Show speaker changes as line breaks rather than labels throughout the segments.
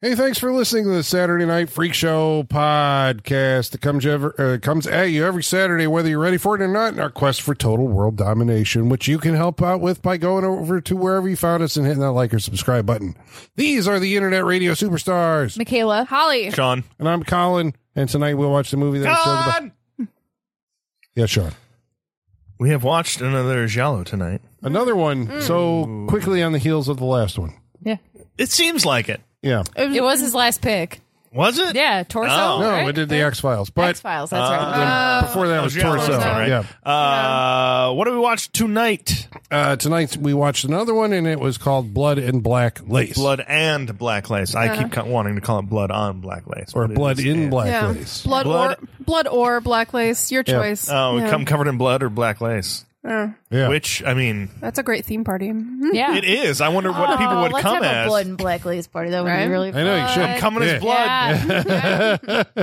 Hey, thanks for listening to the Saturday Night Freak Show podcast that comes, ever, uh, comes at you every Saturday, whether you're ready for it or not, in our quest for total world domination, which you can help out with by going over to wherever you found us and hitting that like or subscribe button. These are the Internet Radio Superstars,
Michaela.
Holly.
Sean.
and I'm Colin, and tonight we'll watch the movie that is so- Yeah, Sean.
We have watched another Giallo tonight.
Another one, so quickly on the heels of the last one.
Yeah.
It seems like it.
Yeah.
It was his last pick.
Was it?
Yeah, torso.
Oh.
No,
right?
we did the X Files, but uh,
X Files. That's
then
right.
before that was
Giallo,
Torso.
all right.
Yeah.
Uh, what do we watch tonight?
Uh, tonight we watched another one, and it was called Blood and Black Lace.
Blood and Black Lace. I keep
Uh-huh.
ca- wanting to call it Blood on Black Lace.
or
but it
Blood
is
in
and.
Black
Yeah.
Lace.
Blood,
Blood-
or blood or black lace, your
Yeah.
choice.
Oh,
Yeah.
come covered in blood or black lace.
Uh.
Yeah.
Which I mean,
That's a great theme party.
yeah.
it is. I wonder what people would
Oh, let's have
come as.
a blood and black lace party. That would
Right?
be really
I know, you should.
fun.
Coming
Yeah.
as blood.
Yeah.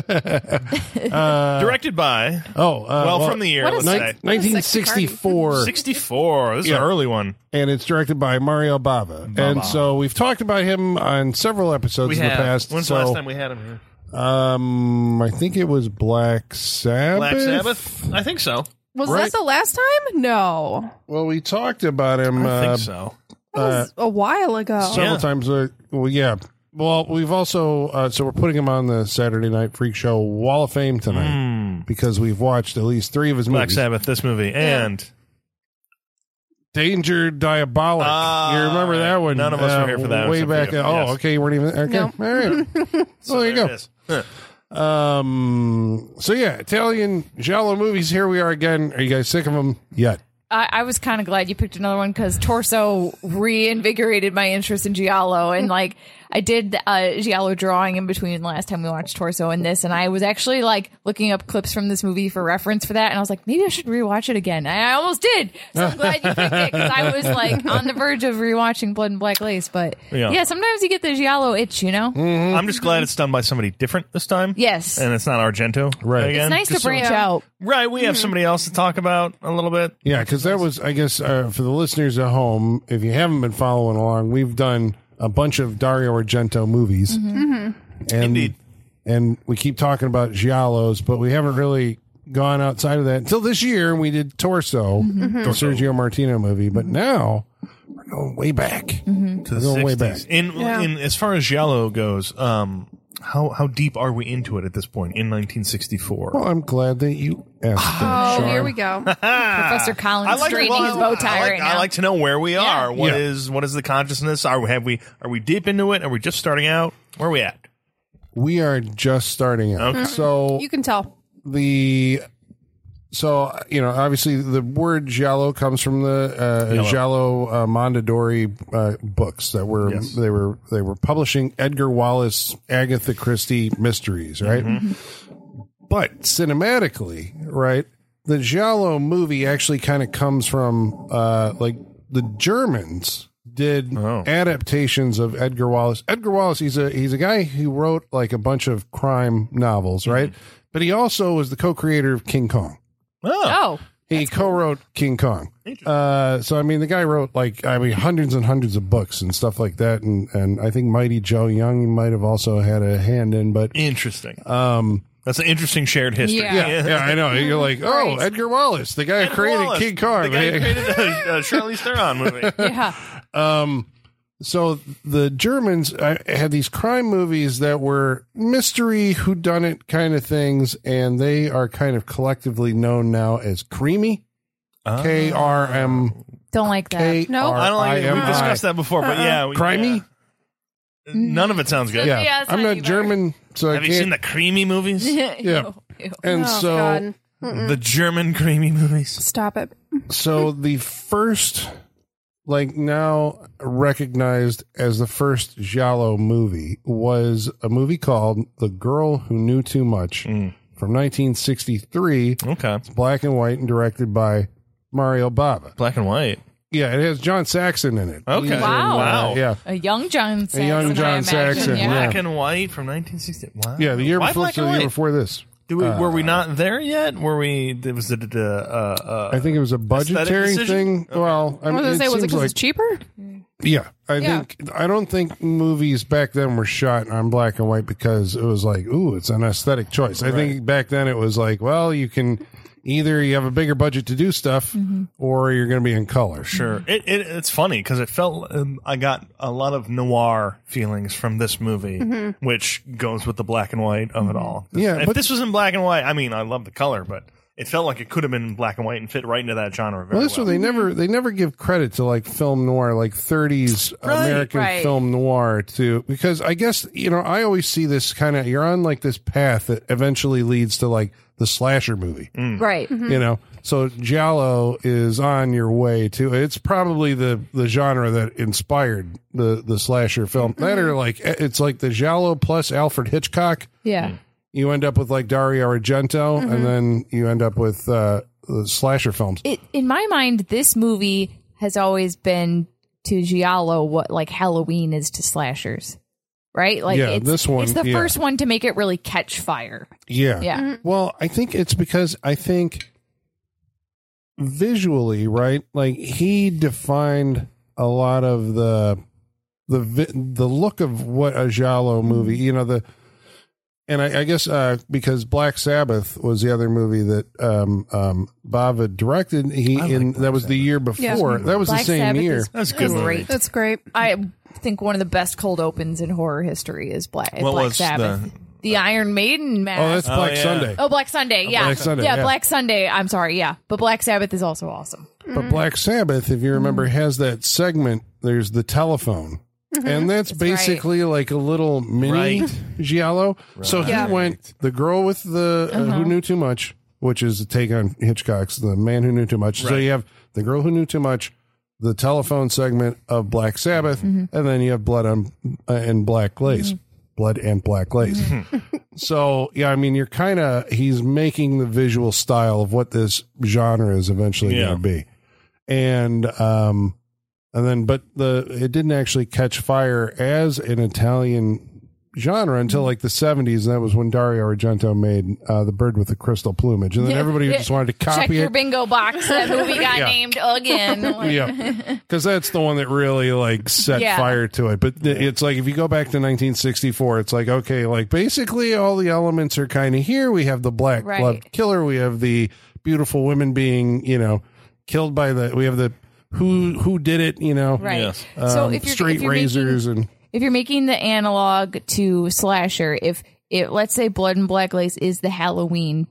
Directed by.
Oh, uh,
Well, from the year,
what
let's
is
say.
nine- 1964,
64. This is an
Yeah.
early one.
and it's directed by Mario Bava. And so we've talked about him on several episodes in the past.
When's
so,
the last time we had him here?
um, I think it was Black Sabbath.
Black Sabbath? I think so.
Was
Right.
that the last time? No.
Well, we talked about him
I
uh,
think so.
That was a while ago.
several
Yeah.
times. Uh, well, yeah. Well, we've also uh, so we're putting him on the Saturday Night Freak Show Wall of Fame tonight because we've watched at least three of his
Hmm. Black
movies.
Sabbath, this movie, and
Danger Diabolic.
Ah,
you remember that one?
none of us were here for that one
Way back.
except you.
Oh,
Yes.
okay. You weren't even. Okay.
No.
All right. well, there you
it
go.
is.
Hmm.
Huh.
Um, so, yeah, Italian Giallo movies. Here we are again. Are you guys sick of them yet?
I, I was kind of glad you picked another one because torso reinvigorated my interest in giallo and like i did uh, giallo drawing in between last time we watched torso and this and i was actually like looking up clips from this movie for reference for that and i was like maybe i should rewatch it again and i almost did so i'm glad you picked it because i was like on the verge of rewatching blood and black lace but
Yeah. Mm.
yeah, sometimes you get the giallo itch you know
I'm just glad it's done by somebody different this time.
Yes.
And it's not Argento.
Right. It's
Again.
it's nice to
Just so-
branch out Hmm.
Right. We have somebody else to talk about a little bit.
Yeah, because that was, I guess, uh, for the listeners at home, if you haven't been following along, we've done a bunch of Dario Argento movies.
Mm-hmm.
And,
Indeed.
And we keep talking about Giallos, but we haven't really gone outside of that until this year. We did Torso,
Mm-hmm.
the Sergio Martino movie, but now we're going way back.
Mm-hmm.
To the
We're going way
60s.
back.
In, in as far as Giallo goes, um, how how deep are we into it at this point in 1964?
Well, I'm glad that you asked that,
Oh,
Sean.
here we go.
Ah,
professor collins straightening
well,
his bow tie
I like,
right
I
now
like to know where we are. What is
Yeah.
what is the consciousness? Are we have we are we deep into it? Are we just starting out? Where are we at?
We are just starting out. So
You can tell.
the so you know obviously the word giallo comes from the uh, giallo uh, mondadori uh, books that were
Yes.
they were they were publishing edgar wallace agatha christie mysteries right but cinematically right the giallo movie actually kind of comes from uh, like the germans did
Oh.
adaptations of Edgar Wallace. Edgar Wallace, he's a he's a guy who wrote like a bunch of crime novels, right? But he also was the co-creator of King Kong.
Oh,
oh
He co-wrote King Kong. Uh, so I mean, the guy wrote like I mean hundreds and hundreds of books and stuff like that, and and I think Mighty Joe Young might have also had a hand in, but.
interesting. Um, that's an interesting shared history.
Yeah.
Yeah, yeah, I know. You're like, oh,
Right.
Edgar Wallace, the guy who created
Wallace,
King Kong.
The guy who
man.
created a, a Charlize Theron movie.
yeah
Um, so the Germans uh, had these crime movies that were mystery whodunit kind of things, and they are kind of collectively known now as creamy.
Oh.
K R M
don't like that
K
No.
R
I don't
I
like.
M
We've
I.
discussed that before,
Uh-uh.
but yeah, we,
Crimey?
yeah. None of it sounds good.
Yeah,
Yeah,
it's
I'm
not
not
either.
German, so I
Have you seen
can't.
the creamy movies?
Yeah, and
Oh,
so
God.
the German creamy movies.
Stop it.
so the first like now recognized as the first giallo movie was a movie called the girl who knew too much
Hmm.
from 1963
Okay,
black and white and directed by mario bava
black and white.
Yeah, it has John Saxon in it.
Okay.
He's in,
Wow.
uh,
Wow.
yeah.
A young John Saxon.
young John
I imagine,
Saxon,
Black
yeah.
and white from 1960. Wow.
Yeah, the year
Why
before
black
so
and
the year
white?
before Uh. this.
Do we, were we not there yet? Were we? There was it uh, uh,
I
uh,
think it was a budgetary
decision?
thing. Well, I
I
mean,
was gonna
it
say, was it
seems
because
like
it's cheaper?
yeah. I
Yeah.
think I don't think movies back then were shot on black and white because it was like, ooh, it's an aesthetic choice. I think back then it was like, well, you can either you have a bigger budget to do stuff, or you're going to be in color.
Mm-hmm. sure. It,
Mm-hmm.
it it's funny because it felt um, I got a lot of noir feelings from this movie,
Mm-hmm.
which goes with the black and white of it all.
Yeah,
if
but-
this was in black and white, I mean, I love the color, but it felt like it could have been in black and white and fit right into that genre. Very
Well,
well,
that's what they never they never give credit to like film noir, like 30s
Right,
American
right.
film noir to because I guess you know I always see this kind of you're on like this path that eventually leads to like the slasher movie,
Right.
you know. So Giallo is on your way to it's probably the the genre that inspired the the slasher film. That are like eh, it's like the Giallo plus Alfred Hitchcock
Yeah.
you end up with like Dario Argento, and then you end up with uh, the slasher films.
It, in my mind, this movie has always been to Giallo what like Halloween is to slashers. Right? Like
Yeah,
it's,
this one,
it's the
yeah.
first one to make it really catch fire.
Yeah.
Yeah.
Mm-hmm.
Well, I think it's because I think visually, right? Like he defined a lot of the the vi- the look of what a
Mm-hmm.
Jalo movie, you know, the and I, I guess uh, because Black Sabbath was the other movie that um, um, Bava directed, he
I like
in
Black
that was the year before. That was the
Black
same
Sabbath
year.
is
That's a good movie.
great.
That's great.
I think one of the best cold opens in horror history is Black,
What
Black
was
Sabbath.
the-
The, Iron Maiden
oh,
mask.
that's Black
yeah.
Sunday.
Oh, Black Sunday. Yeah.
Black Sunday,
yeah,
yeah.
Black Sunday. I'm sorry. Yeah. But Black Sabbath is also awesome.
But Black Sabbath, if you remember, has that segment. There's the telephone, and that's, basically like a little mini
Right.
giallo. So he
Yeah.
went the girl with the uh, who knew too much, which is a take on Hitchcock's The Man Who Knew Too Much. So
Right.
you have the girl who knew too much, the telephone segment of Black Sabbath, and then you have blood on uh, and black lace. Blood and black lace. So yeah, I mean, you're kind of he's making the visual style of what this genre is eventually
Yeah.
going to be, and um, and then but the it didn't actually catch fire as an Italian genre until like the 70s, and that was when Dario Argento made uh, the Bird with the Crystal Plumage, and then everybody just wanted to
Check
copy
your
it.
bingo box. That movie got
Yeah.
named again. Like,
yeah, because that's the one that really like set
Yeah.
fire to it. But th- it's like if you go back to 1964, it's like okay, like basically all the elements are kind of here. We have the black
Right.
club killer. We have the beautiful women being you know killed by the. We have the who who did it. You know,
Right.
Yes.
So
um,
if you're,
straight
if you're
razors
making,
and
if you're making the analog to slasher, if it let's say Blood and Black Lace is the Halloween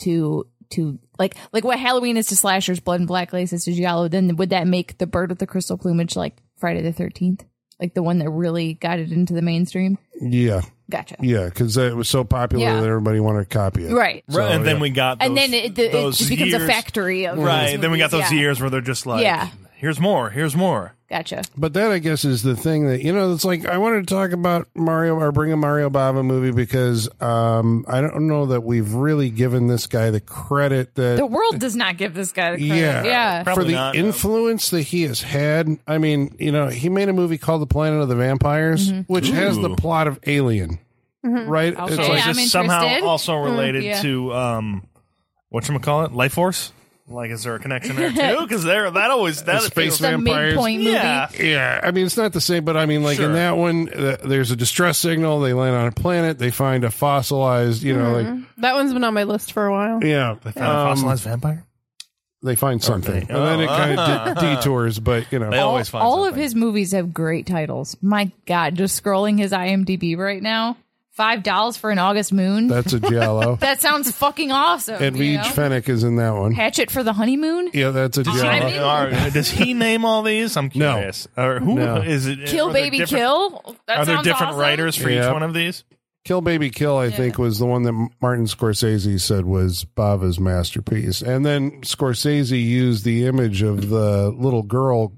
to to like like what Halloween is to slashers, Blood and Black Lace is to giallo, then would that make the Bird with the Crystal Plumage like Friday the Thirteenth, like the one that really got it into the mainstream?
yeah,
Gotcha.
yeah, because it was so popular
Yeah.
that everybody wanted to copy it.
Right.
Right, and then
yeah.
we got
and
those-
then it, the, it
those
just becomes a
years-
factory of
Right. Then we got those
yeah.
years where they're just like,
Yeah.
here's more, here's more.
Gotcha.
But that, I guess, is the thing that you know. It's like I wanted to talk about Mario or bring a Mario Bava movie because um, I don't know that we've really given this guy the credit that
The world does not give this guy the credit.
yeah,
Yeah.
for
Probably
the
not, no.
influence that he has had. I mean, you know, he made a movie called The Planet of the Vampires,
Mm-hmm.
which has the
Ooh.
plot of Alien, right?
So
Okay,
it's
I'm
just somehow
interested. Mm,
also related
yeah.
to um, what you call it, life force. Like, is there a connection there too? Because there, that always that
The space
feels-
The
Vampires.
midpoint movie.
Yeah,
Yeah, I mean it's not the same, but I mean like in
Sure.
that one, uh, there's a distress signal. They land on a planet. They find a fossilized, you know, like
Mm-hmm.
That one's been on my list for a while.
yeah,
Found a fossilized vampire.
they find something,
they-
and then it
oh,
kind of
uh-huh.
detours. But you know,
They always find
All of
something.
his movies have great titles. My God, just scrolling his IMDb right now. Five dollars for an August Moon.
that's a Jello.
that sounds fucking awesome.
and
you
Veej
know?
Fennec is in that one.
Hatchet for the honeymoon.
Yeah, that's a
I
Jello.
didn't-
Uh, Are- does he name all these? I'm
No.
curious. Or who is
No.
it?
Kill
are there
baby
different-
kill. That
Are there
sounds
different
awesome.
writers for
Yeah.
each one of these?
Kill Baby Kill, I think, was the one that Martin Scorsese said was Bava's masterpiece. And then Scorsese used the image of the little girl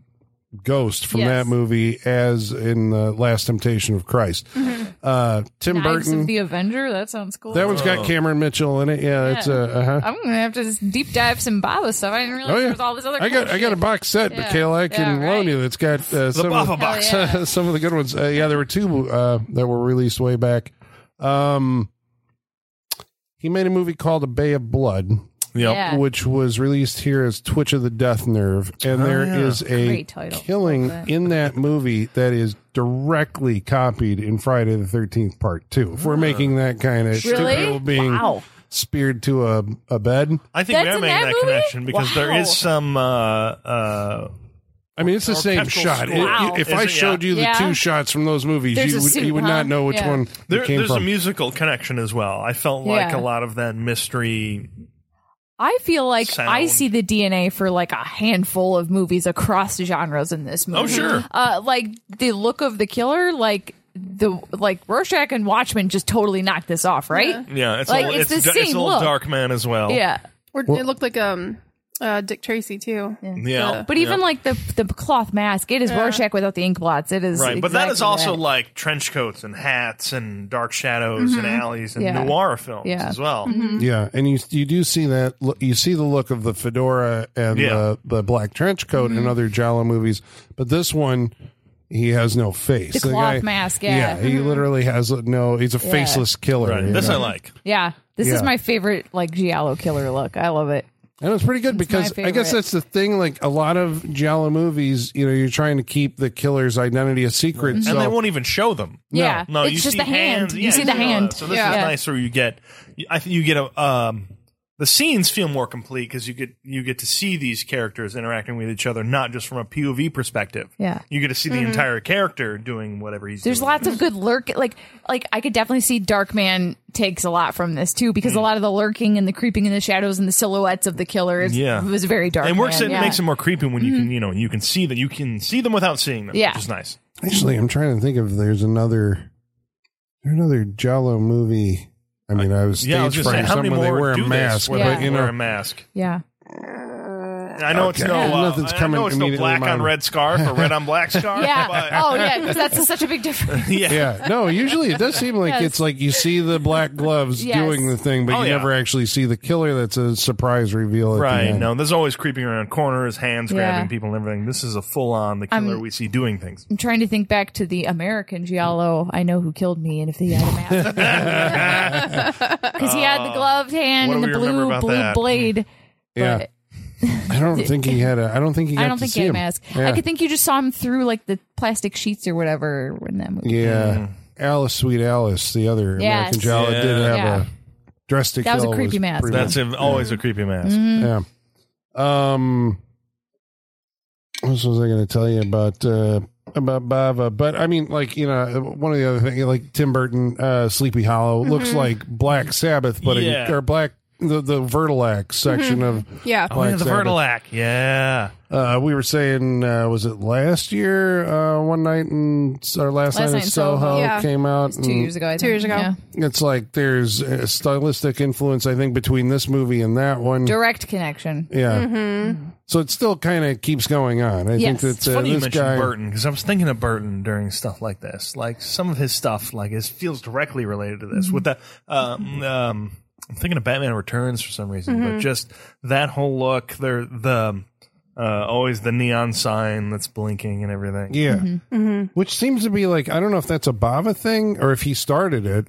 ghost from
Yes.
that movie as in the Last Temptation of Christ. Uh, Tim
Knives
Burton.
of the Avenger. That sounds cool.
that one's
Oh.
got Cameron Mitchell in it. Yeah, it's a. Uh, uh-huh.
I'm gonna have to just deep dive some Baba stuff. I didn't realize
Oh yeah,
there was all this other.
I got
cool
I got a
shit.
box set,
Yeah.
but Kayla I can
Yeah,
loan
right.
you. It's got uh,
The
some of
Baba
the,
Box.
Hell
some of the good ones. Uh, yeah, there were two uh, that were released way back. Um, he made a movie called A Bay of Blood,
Yep.
Yeah.
which was released here as Twitch of the Death Nerve, and there
Oh, yeah.
is a
Great title.
killing
Love that.
in that movie that is directly copied in Friday the Thirteenth Part Two. If we're making that kind of two
Really?
people being speared to a a bed,
I think
That's
we are
in
making
that
that,
movie?
connection because there
Wow.
is some. Uh, uh,
I mean, it's the
Or
same
Kestrel
shot.
School.
It-
Wow.
If
Is
I
it-
showed
yeah.
you the
Yeah.
two shots from those movies,
There's
you
a
would,
soup,
you would
huh?
not know which
Yeah.
one it
there,
came
there's
from.
a musical connection as well. I felt like
Yeah.
a lot of that mystery.
I feel like
Sound.
I see the DNA for like a handful of movies across genres in this movie.
Oh, sure.
Uh, like the look of the killer, like the like Rorschach and Watchmen just totally knocked this off, right?
Yeah, it's
Like,
a,
it's
it's,
the
da- it's
same
a little
look.
dark man as well.
Yeah.
Or it looked like um uh Dick Tracy too.
yeah.
But even like the the cloth mask, it is Rorschach without the ink blots. It is
Right, but that is
exactly
also
that.
like trench coats and hats and dark shadows and alleys and
Mm-hmm. Yeah.
noir films
Yeah. Mm-hmm.
as well.
Yeah, and you you do see that look- you see the look of the fedora and
Yeah.
the, the black trench coat
Mm-hmm.
in other Jalo movies, but this one he has no face.
The cloth mask, yeah. Mm-hmm.
he literally has no. He's a faceless killer.
Right.
you
This
know?
I like.
yeah. This
Yeah.
is my favorite like Giallo killer look. I love it.
And it's pretty good
my
because I guess
favorite.
that's the thing. Like a lot of Jalo movies, you know, you're trying to keep the killer's identity a secret.
And they
So
won't even show them.
Yeah.
No,
it's
you
just
see
the hand.
hands.
You
Yeah,
see the
all that.
hand.
So this
Yeah.
is nice where you get I think you get a um the scenes feel more complete cuz you get you get to see these characters interacting with each other not just from a POV perspective.
Yeah.
You get to see the entire character doing whatever he's
Mm-hmm. There's
doing.
lots of good lurk like like I could definitely see Darkman takes a lot from this too
Mm.
because a lot of the lurking and the creeping in the shadows and the silhouettes of the killers
Yeah.
was very dark.
and works
Man,
it
yeah. Mm-hmm.
makes it more creepy when you can, you know, you can see that you can see them without seeing them,
Yeah.
which is nice.
Actually, I'm trying to think of there's another there's another Jalo movie. I mean, I was stage
Yeah, I was gonna say,
fright.
how many
Someone they
more
wear a
do
mask,
this where
Yeah.
but
they
you
wear
know,
a mask?
yeah.
I know it's no,
Okay.
uh,
Nothing's
I
coming
know it's no
immediately to
black
my
on
mind.
red scarf or red on black scarf.
Yeah.
but-
oh yeah, because that's such a big difference.
yeah.
yeah, no. Usually, it does seem like
Yes.
it's like you see the black gloves
Yes.
doing the thing, but
Oh,
you
yeah.
never actually see the killer. That's a surprise reveal, at The
Right.
end.
No, there's always creeping around corners, hands
Yeah.
grabbing people and everything. This is a full on the killer we see doing things.
I'm trying to think back to the American Giallo. I know who killed me, and if they had a mask, because he had the gloved hand
Oh. what
and
do
the
we remember
blue
about
blue
that?
blade.
Yeah.
But-
I don't think he had a. I don't think he. Got
I don't
to
think
see
he had a
him.
mask.
Yeah.
I could think you just saw him through like the plastic sheets or whatever in that movie.
yeah. Alice, Sweet Alice, the other
Yes.
American Jalo,
Hmm. Yeah.
did have
Yeah.
a dress to
That was a
kill.
creepy mask.
pretty
That's a, always a creepy
Mm.
mask.
Yeah. Um. What else was I going to tell you about uh, about Bava? But I mean, like you know, one of the other things, like Tim Burton, uh, Sleepy Hollow looks like Black Sabbath, but
Yeah.
a, or Black the the Vertilac section of.
Yeah.
Oh, yeah,
Black
the
Sabbath.
Vertilac. Yeah.
Uh, we were saying, uh, was it last year? Uh, one night in our last, night, in Soho,
Yeah.
came out
Two
and-
years ago. I
Two
think.
years ago.
Yeah.
It's like there's a stylistic influence, I think, between this movie and that one.
Direct connection.
Yeah. So it still kind of keeps going on. I
Mm-hmm. Yes.
think
It's
that
It's
uh,
funny you
this
mentioned
guy.
Burton because I was thinking of Burton during stuff like this. Like some of his stuff, like it feels directly related to this. With the, um, um, I'm thinking of Batman Returns for some reason, but just that whole look. There, the uh, always the neon sign that's blinking and everything.
Yeah.
Mm-hmm.
Which seems to be like, I don't know if that's a Bava thing or if he started it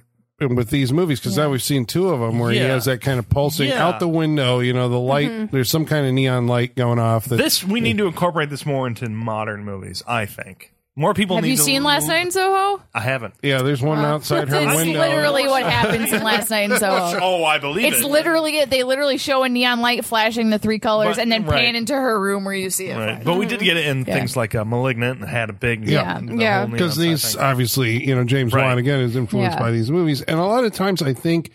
with these movies, because now we've seen two of them where he
Yeah.
has that kind of pulsing
Yeah.
out the window, you know, the light,
Mm-hmm.
there's some kind of neon light going off. That,
This we need to incorporate this more into modern movies. I think more people.
Have
need
you
to-
seen Last Night in Soho?
I haven't.
yeah, there's one outside her
That's
window.
literally what happens in Last Night in Soho.
Oh, I believe
It's
it.
literally it. They literally show a neon light flashing the three colors
But-
and then
right.
pan into her room where you see it.
Right. But we did get it in
Yeah.
things like uh, *Malignant* and had a big
Yeah.
the
Yeah.
whole neon
because
sign
these
uh,
thing.
obviously you know james
Right.
wan again is influenced
Yeah.
by these movies and a lot of times i think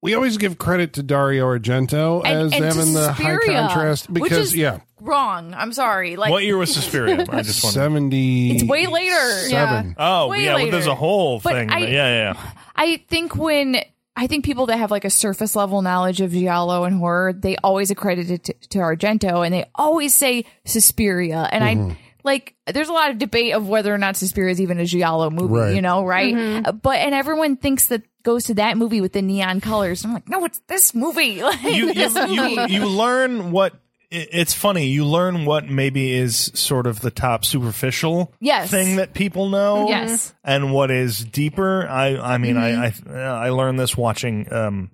we always give credit to dario argento as
And, and to
having the high
Suspiria,
contrast
which
because
is
yeah
wrong. I'm sorry. Like
what year was Suspiria? I just wondered.
70
It's way later.
Yeah.
seven.
Oh,
Way
yeah. Well, there's
later.
a whole
But
thing.
I-
yeah, yeah, yeah.
I think when I think people that have like a surface level knowledge of giallo and horror, they always accredit it to, to Argento, and they always say Suspiria. And
Mm-hmm.
I like, there's a lot of debate of whether or not Suspiria is even a giallo movie,
Right.
you know, right? Uh, But and everyone thinks that goes to that movie with the neon colors. I'm like, no, it's this movie. Like,
you
this
you, you, you learn what i- it's funny you learn what maybe is sort of the top superficial
Yes.
thing that people know
Yes.
and what is deeper i i mean
Mm-hmm.
I, I i learned this watching um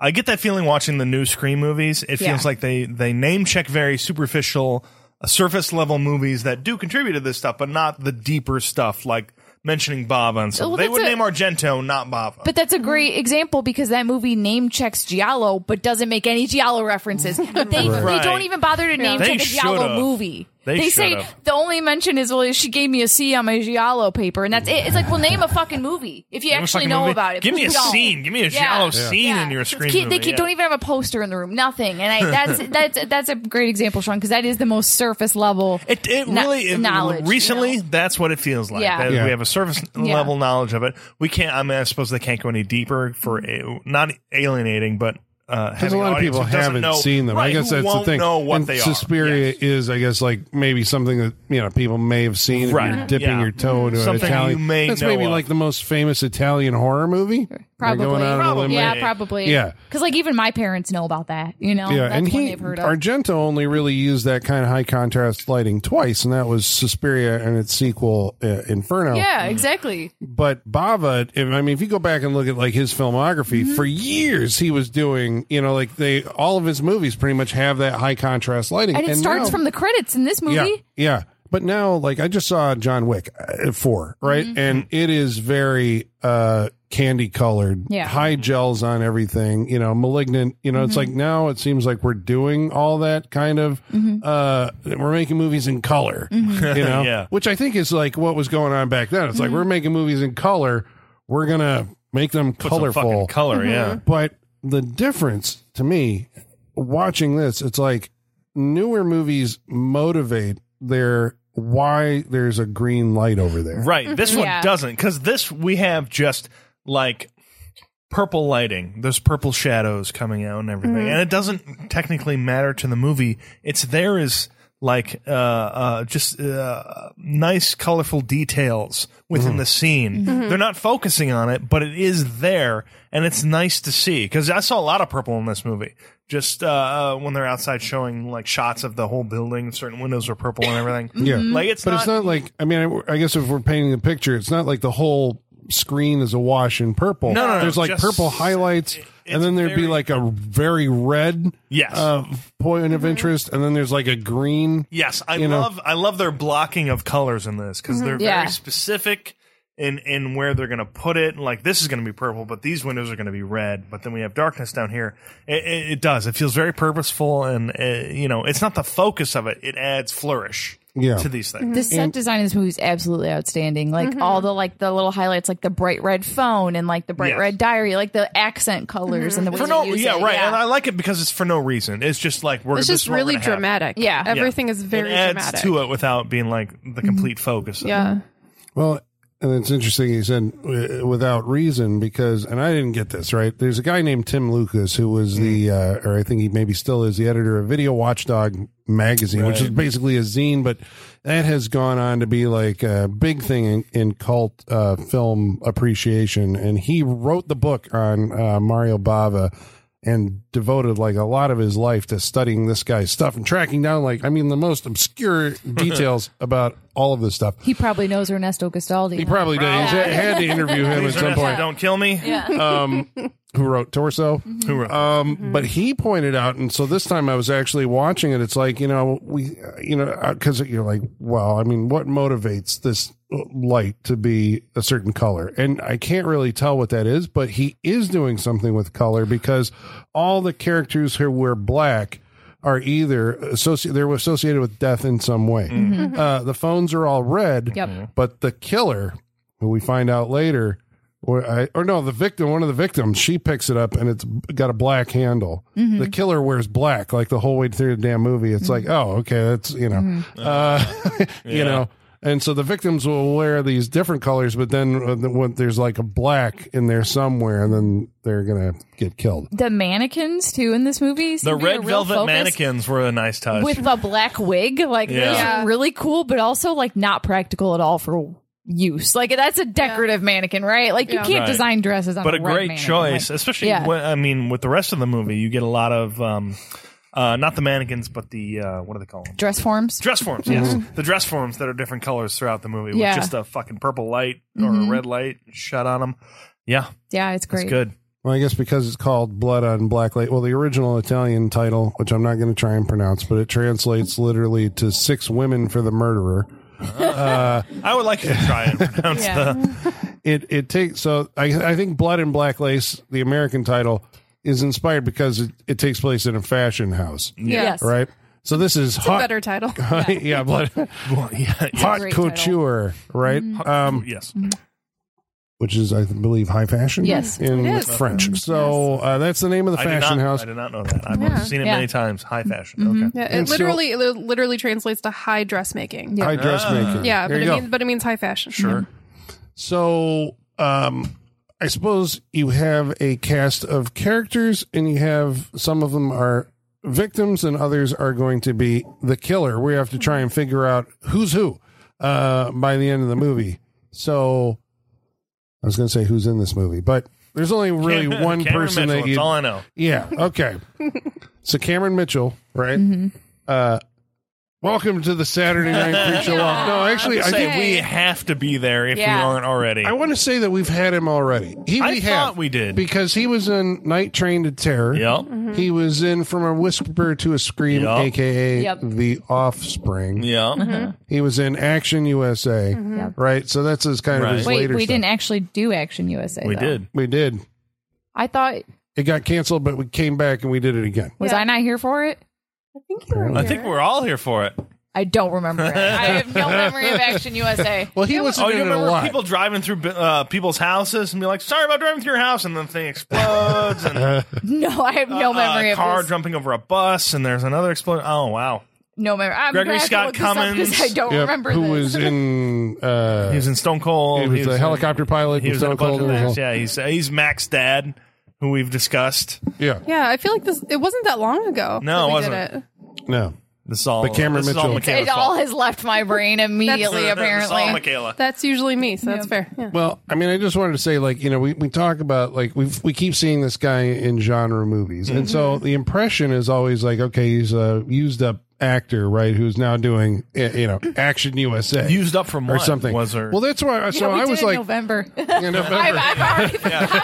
i get that feeling watching the new scream movies it
Yeah.
feels like they they name check very superficial uh, surface level movies that do contribute to this stuff but not the deeper stuff like mentioning bava and so
Well,
they
that's
would
a-
name argento not bava
But that's a great example because that movie name checks Giallo, but doesn't make any Giallo references. They
Right.
they don't even bother to name
Mm-hmm. They
check a Giallo
should've.
movie.
They
say
should've.
the only mention is well, she gave me a C on my Giallo paper, and that's it. It's like well, name a fucking movie if you
Give me a
actually
fucking
know
movie.
about it.
Give me a
Please don't.
scene. Give me a
Yeah.
shallow
Yeah.
scene
Yeah.
in your screen.
Kid-
movie.
They kid-
yeah.
don't even have a poster in the room. Nothing, and I, that's that's that's a great example, Sean, because that is the most surface level.
It, it
kno-
really it-
knowledge,
recently.
you
That's what it feels like.
Yeah.
That
Yeah.
We have a surface
Yeah.
level knowledge of it. We can't. I mean, I suppose they can't go any deeper for a, not alienating, but uh,
Because a
having an
lot of
audience
people
who doesn't
haven't
know-
seen them. I
Right,
guess
who
that's
won't
the thing.
Know what
and
they
Suspiria
are. Yes.
is, I guess, like maybe something that you know people may have seen. If you're
Right,
dipping
yeah.
your toe into
Something
an Italian.
you may
that's
know
maybe
of.
like the most famous Italian horror movie. Am I
Probably,
going out on a limb
Probably.
there?
yeah, probably,
Yeah.
Because like even my parents know about that, you know.
Yeah,
that's
and
one
he
they've heard of.
Argento only really used that kind of high contrast lighting twice, and that was Suspiria and its sequel uh, Inferno.
yeah, exactly.
But Bava, if, I mean, if you go back and look at like his filmography,
Mm-hmm.
for years he was doing, you know, like they all of his movies pretty much have that high contrast lighting,
and it starts
now-
from the credits in this movie.
yeah, yeah. But now, like I just saw John Wick uh, four, right,
Mm-hmm.
and it is very uh candy colored,
Yeah. Mm-hmm.
high gels on everything, you know, malignant. You know, it's like now it seems like we're doing all that kind of.
Mm-hmm.
uh We're making movies in color, you know,
Yeah.
which I think is like what was going on back then. It's
Mm-hmm.
like we're making movies in color. We're gonna make them
Put some
colorful,
fucking color.
Mm-hmm.
Yeah.
but the difference to me, watching this, it's like newer movies motivate their why there's a green light over there.
Right. This one
Yeah.
doesn't because this we have just like purple lighting. There's purple shadows coming out and everything, and it doesn't technically matter to the movie. It's there is like uh, uh, just uh, nice, colorful details within
Mm-hmm.
the scene. They're not focusing on it, but it is there, and it's nice to see because I saw a lot of purple in this movie. Just uh, uh, when they're outside showing like shots of the whole building, certain windows are purple and everything.
Yeah.
Like it's
but
not,
it's not like I mean I, I guess if we're painting the picture, it's not like the whole screen is awash in purple.
No, no, no,
There's like
just-
purple highlights, and then there'd be
very-
like a very red
Yes. Mm-hmm.
uh, point of interest, and then there's like a green.
Yes, I
you know?
love I love their blocking of colors in this
Mm-hmm.
because they're
Yeah.
very specific in in where they're going to put it. And like this is going to be purple, but these windows are going to be red. But then we have darkness down here. It, it, it does. It feels very purposeful, and uh, you know, it's not the focus of it. It adds flourish
Yeah.
to these things.
The set design in this movie is absolutely outstanding. Like all the like the little highlights, like the bright red phone and like the bright
Yes. Mm-hmm.
red diary, like the accent colors
Mm-hmm.
and the way
For
they
no,
use
yeah,
it.
right. And I like it because it's for no reason. It's just like we're
It's
this
just
is what we're
really
gonna have.
dramatic.
Yeah. Yeah.
Everything is very
it adds
dramatic. Mm-hmm.
to it without being like the complete focus. Of it.
Yeah.
Well, and it's interesting he said uh, without reason because, and I didn't get this right. There's a guy named Tim Lucas who was the, uh, or I think he maybe still is the editor of Video Watchdog magazine, which is basically a zine, but that has gone on to be like a big thing in, in cult uh, film appreciation. And he wrote the book on uh, Mario Bava and devoted like a lot of his life to studying this guy's stuff and tracking down like I mean the most obscure details about all of this stuff.
He probably knows Ernesto Gastaldi.
He probably did. He's had, had to interview him at
Please,
some
Ernesto,
point.
don't kill me. Yeah.
Um, who wrote Torso?
Who wrote-
Um, but he pointed out, and so this time I was actually watching it. It's like you know we, you know, because you're like, well, I mean, what motivates this uh, light to be a certain color? And I can't really tell what that is, but he is doing something with color because all the characters who were black are either associated they're associated with death in some way. Uh, the phones are all red,
Yep.
but the killer, who we find out later, or, I, or no, the victim, one of the victims, she picks it up and it's got a black handle. The killer wears black like the whole way through the damn movie. It's like, oh, okay, that's you know, uh, you know. And so the victims will wear these different colors, but then uh, the- when there's like a black in there somewhere, and then they're gonna get killed.
The mannequins too in this movie. seem to
The
be a
red
real
velvet
focus
mannequins were a nice touch.
with a black wig. Like
Yeah.
those
Yeah.
are really cool, but also like not practical at all for use. Like that's a decorative mannequin, right? Like
Yeah.
you can't
Right.
design dresses on
but a
red
great
mannequin,
choice,
like-
especially
Yeah.
when, I mean with the rest of the movie, you get a lot of um, uh, not the mannequins, but the uh, what do they call them?
dress forms.
Dress forms, yes. The dress forms that are different colors throughout the movie
Mm-hmm. Yeah.
with just a fucking purple light or a red light shut on them. Yeah,
yeah, it's
it's
great.
good.
Well, I guess because it's called Blood on Black Light. Well, the original Italian title, which I'm not going to try and pronounce, but it translates literally to Six Women for the Murderer.
I would like you to try and pronounce
Yeah.
the.
It it takes so I I think Blood and Black Lace, the American title, is inspired because it, it takes place in a fashion house,
Yeah.
Yes.
right? So this is hot,
Better title.
yeah. blood,
Well, yeah, yeah.
hot
Great title.
couture, right?
Mm-hmm.
Um,
yes.
Mm-hmm.
which is I believe high fashion,
Yes.
in
It is.
French. So uh, that's the name of the
I did,
fashion
not,
house.
I did not know that. I've
Yeah.
seen it
Yeah. Mm-hmm.
many times. High fashion. Okay.
Yeah,
And
it
so-
literally it li- literally translates to high dressmaking.
Yeah.
High dressmaking.
Yeah,
there you
but it
go.
means but it means high fashion. Mhm.
Sure.
So, um, I suppose you have a cast of characters, and you have some of them are victims, and others are going to be the killer. We have to try and figure out who's who uh, by the end of the movie. So, I was going to say who's in this movie, but there's only really
Cameron-
one
Cameron
person
Mitchell,
that you.
That's all I know.
Yeah. Okay. so Cameron Mitchell, right? Uh, welcome to the Saturday Night Freak Show. No, actually, I
Say
think
we have to be there if
Yeah.
we aren't already.
I want to say that we've had him already. He,
I
we
thought
have,
we did.
because he was in Night Train to Terror.
Yep.
Mm-hmm.
He was in From a Whisper to a Scream,
Yep.
aka
Yep.
The Offspring.
Yeah.
Mm-hmm.
He was in Action USA,
Yep.
right? So that's his kind of
Right.
his
Mm-hmm. Wait,
later.
we
stuff.
didn't actually do Action USA.
We
though.
did.
We did.
I thought
It got canceled, but we came back and we did it again.
was
Yeah.
I not here for it?
I think you were
I think
here.
we're all here for it.
I don't remember. it. I have no memory of Action USA.
Well, he wasn't
Oh, you
in it a
remember
lot.
people driving through uh, people's houses and be like, "Sorry about driving through your house," and the thing explodes, and
No, I have no memory
a
of
Uh, car
this.
jumping over a bus, and there's another explosion. Oh wow,
No memory. I'm gonna
Gregory
have to
Scott
look this up 'cause
Cummins.
I don't
Yep,
remember
who
this.
was in? Uh,
Oh, he was in Stone Cold.
he was a
in-
helicopter pilot.
He
in
was in a
Stone
bunch
Cold
of
and
things.
all.
Yeah, he's he's Mac's dad, who we've discussed.
yeah,
Yeah, I feel like this it wasn't that long ago.
No,
that
it
we
wasn't.
Did
no.
This is all.
But Cameron
this is
Mitchell.
all Michaela's
it all
fault.
has left my brain immediately.
This is all
apparently,
Michaela.
it. That's usually me, so that's fair. Yeah.
Well, I mean, I just wanted to say, like, you know, we, we talk about like we we keep seeing this guy in genre movies, and so
Mm-hmm.
the impression is always like, okay, he's a used up actor, right? Who's now doing eh, you know Action USA
Used up from
or
what
something.
Was her?
Well, that's why. So
Yeah, we
I
did
was
in
like,
November.
in November.
I've, I've already forgotten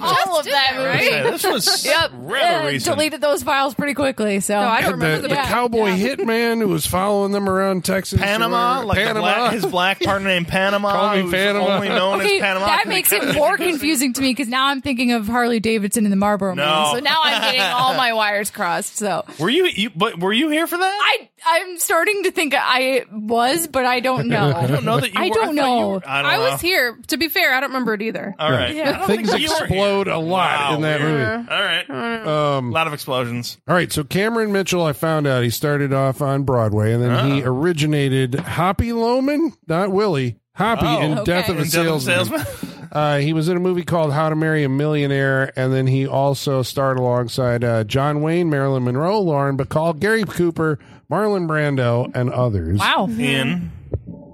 all of that,
Yeah,
right?
this was
Yep.
rather
Uh,
recent.
deleted those files pretty quickly. So
No, I don't
and
remember
the,
the,
the
yeah.
cowboy hitman who was following them around Texas,
Panama,
or-
like the black, his black partner named Panama,
Call me
who's
Panama.
only known
Okay,
as Panama.
that makes it more confusing to me because now I'm thinking of Harley Davidson and the Marlboro
No.
Man. So now I'm getting all my wires crossed. So
Were you, you? But were you here for that?
I I'm starting to think I was, but I don't know. I
don't know that you
I
were.
don't
thought
know.
you were- I don't
I
know.
was here. To be fair, I don't remember it either.
All right.
Yeah.
I don't
Things
think you were here.
explode a lot
Wow,
in that Um,
weird.
movie.
All right. a lot of explosions.
All right, so Cameron Mitchell, I found out he started off on Broadway, and then he originated Hoppy Loman, not Willie Hoppy,
Oh.
in
Okay.
Death of a
And Death of a
Salesman. Uh, he was in a movie called How to Marry a Millionaire, and then he also starred alongside uh, John Wayne, Marilyn Monroe, Lauren Bacall, Gary Cooper, Marlon Brando, and others.
Wow.
in,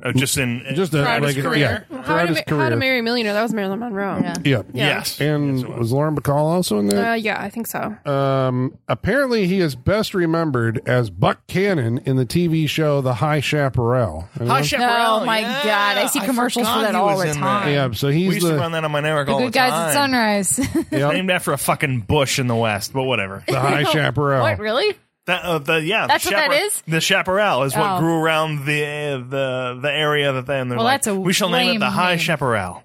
oh, just in,
Just a,
throughout his
like,
career.
yeah,
How
throughout
to,
his
Ma-
career.
How to Marry a Millionaire. That was Marilyn Monroe. Yeah.
yeah.
Yes.
And was Lauren Bacall also in there?
Uh, yeah, I think so.
Um, apparently, he is best remembered as Buck Cannon in the TV show The High Chaparral.
Hi, Chaparral.
Oh, my
Yeah.
God. I see commercials for
forgot
that
he
all
was
the
in
time.
that.
Yeah, so
We
he's
used to
the,
run that on my network all the
Good guys
time.
at sunrise.
yep,
Named after a fucking bush in the West, but whatever.
the High Chaparral.
what really?
That, uh, the, yeah,
That's
the
what that
chaparral-
is?
The chaparral is what
Oh.
grew around the uh, the the area that they. And they're
Well,
like,
that's a
we shall name it
lame
the High
name.
Chaparral.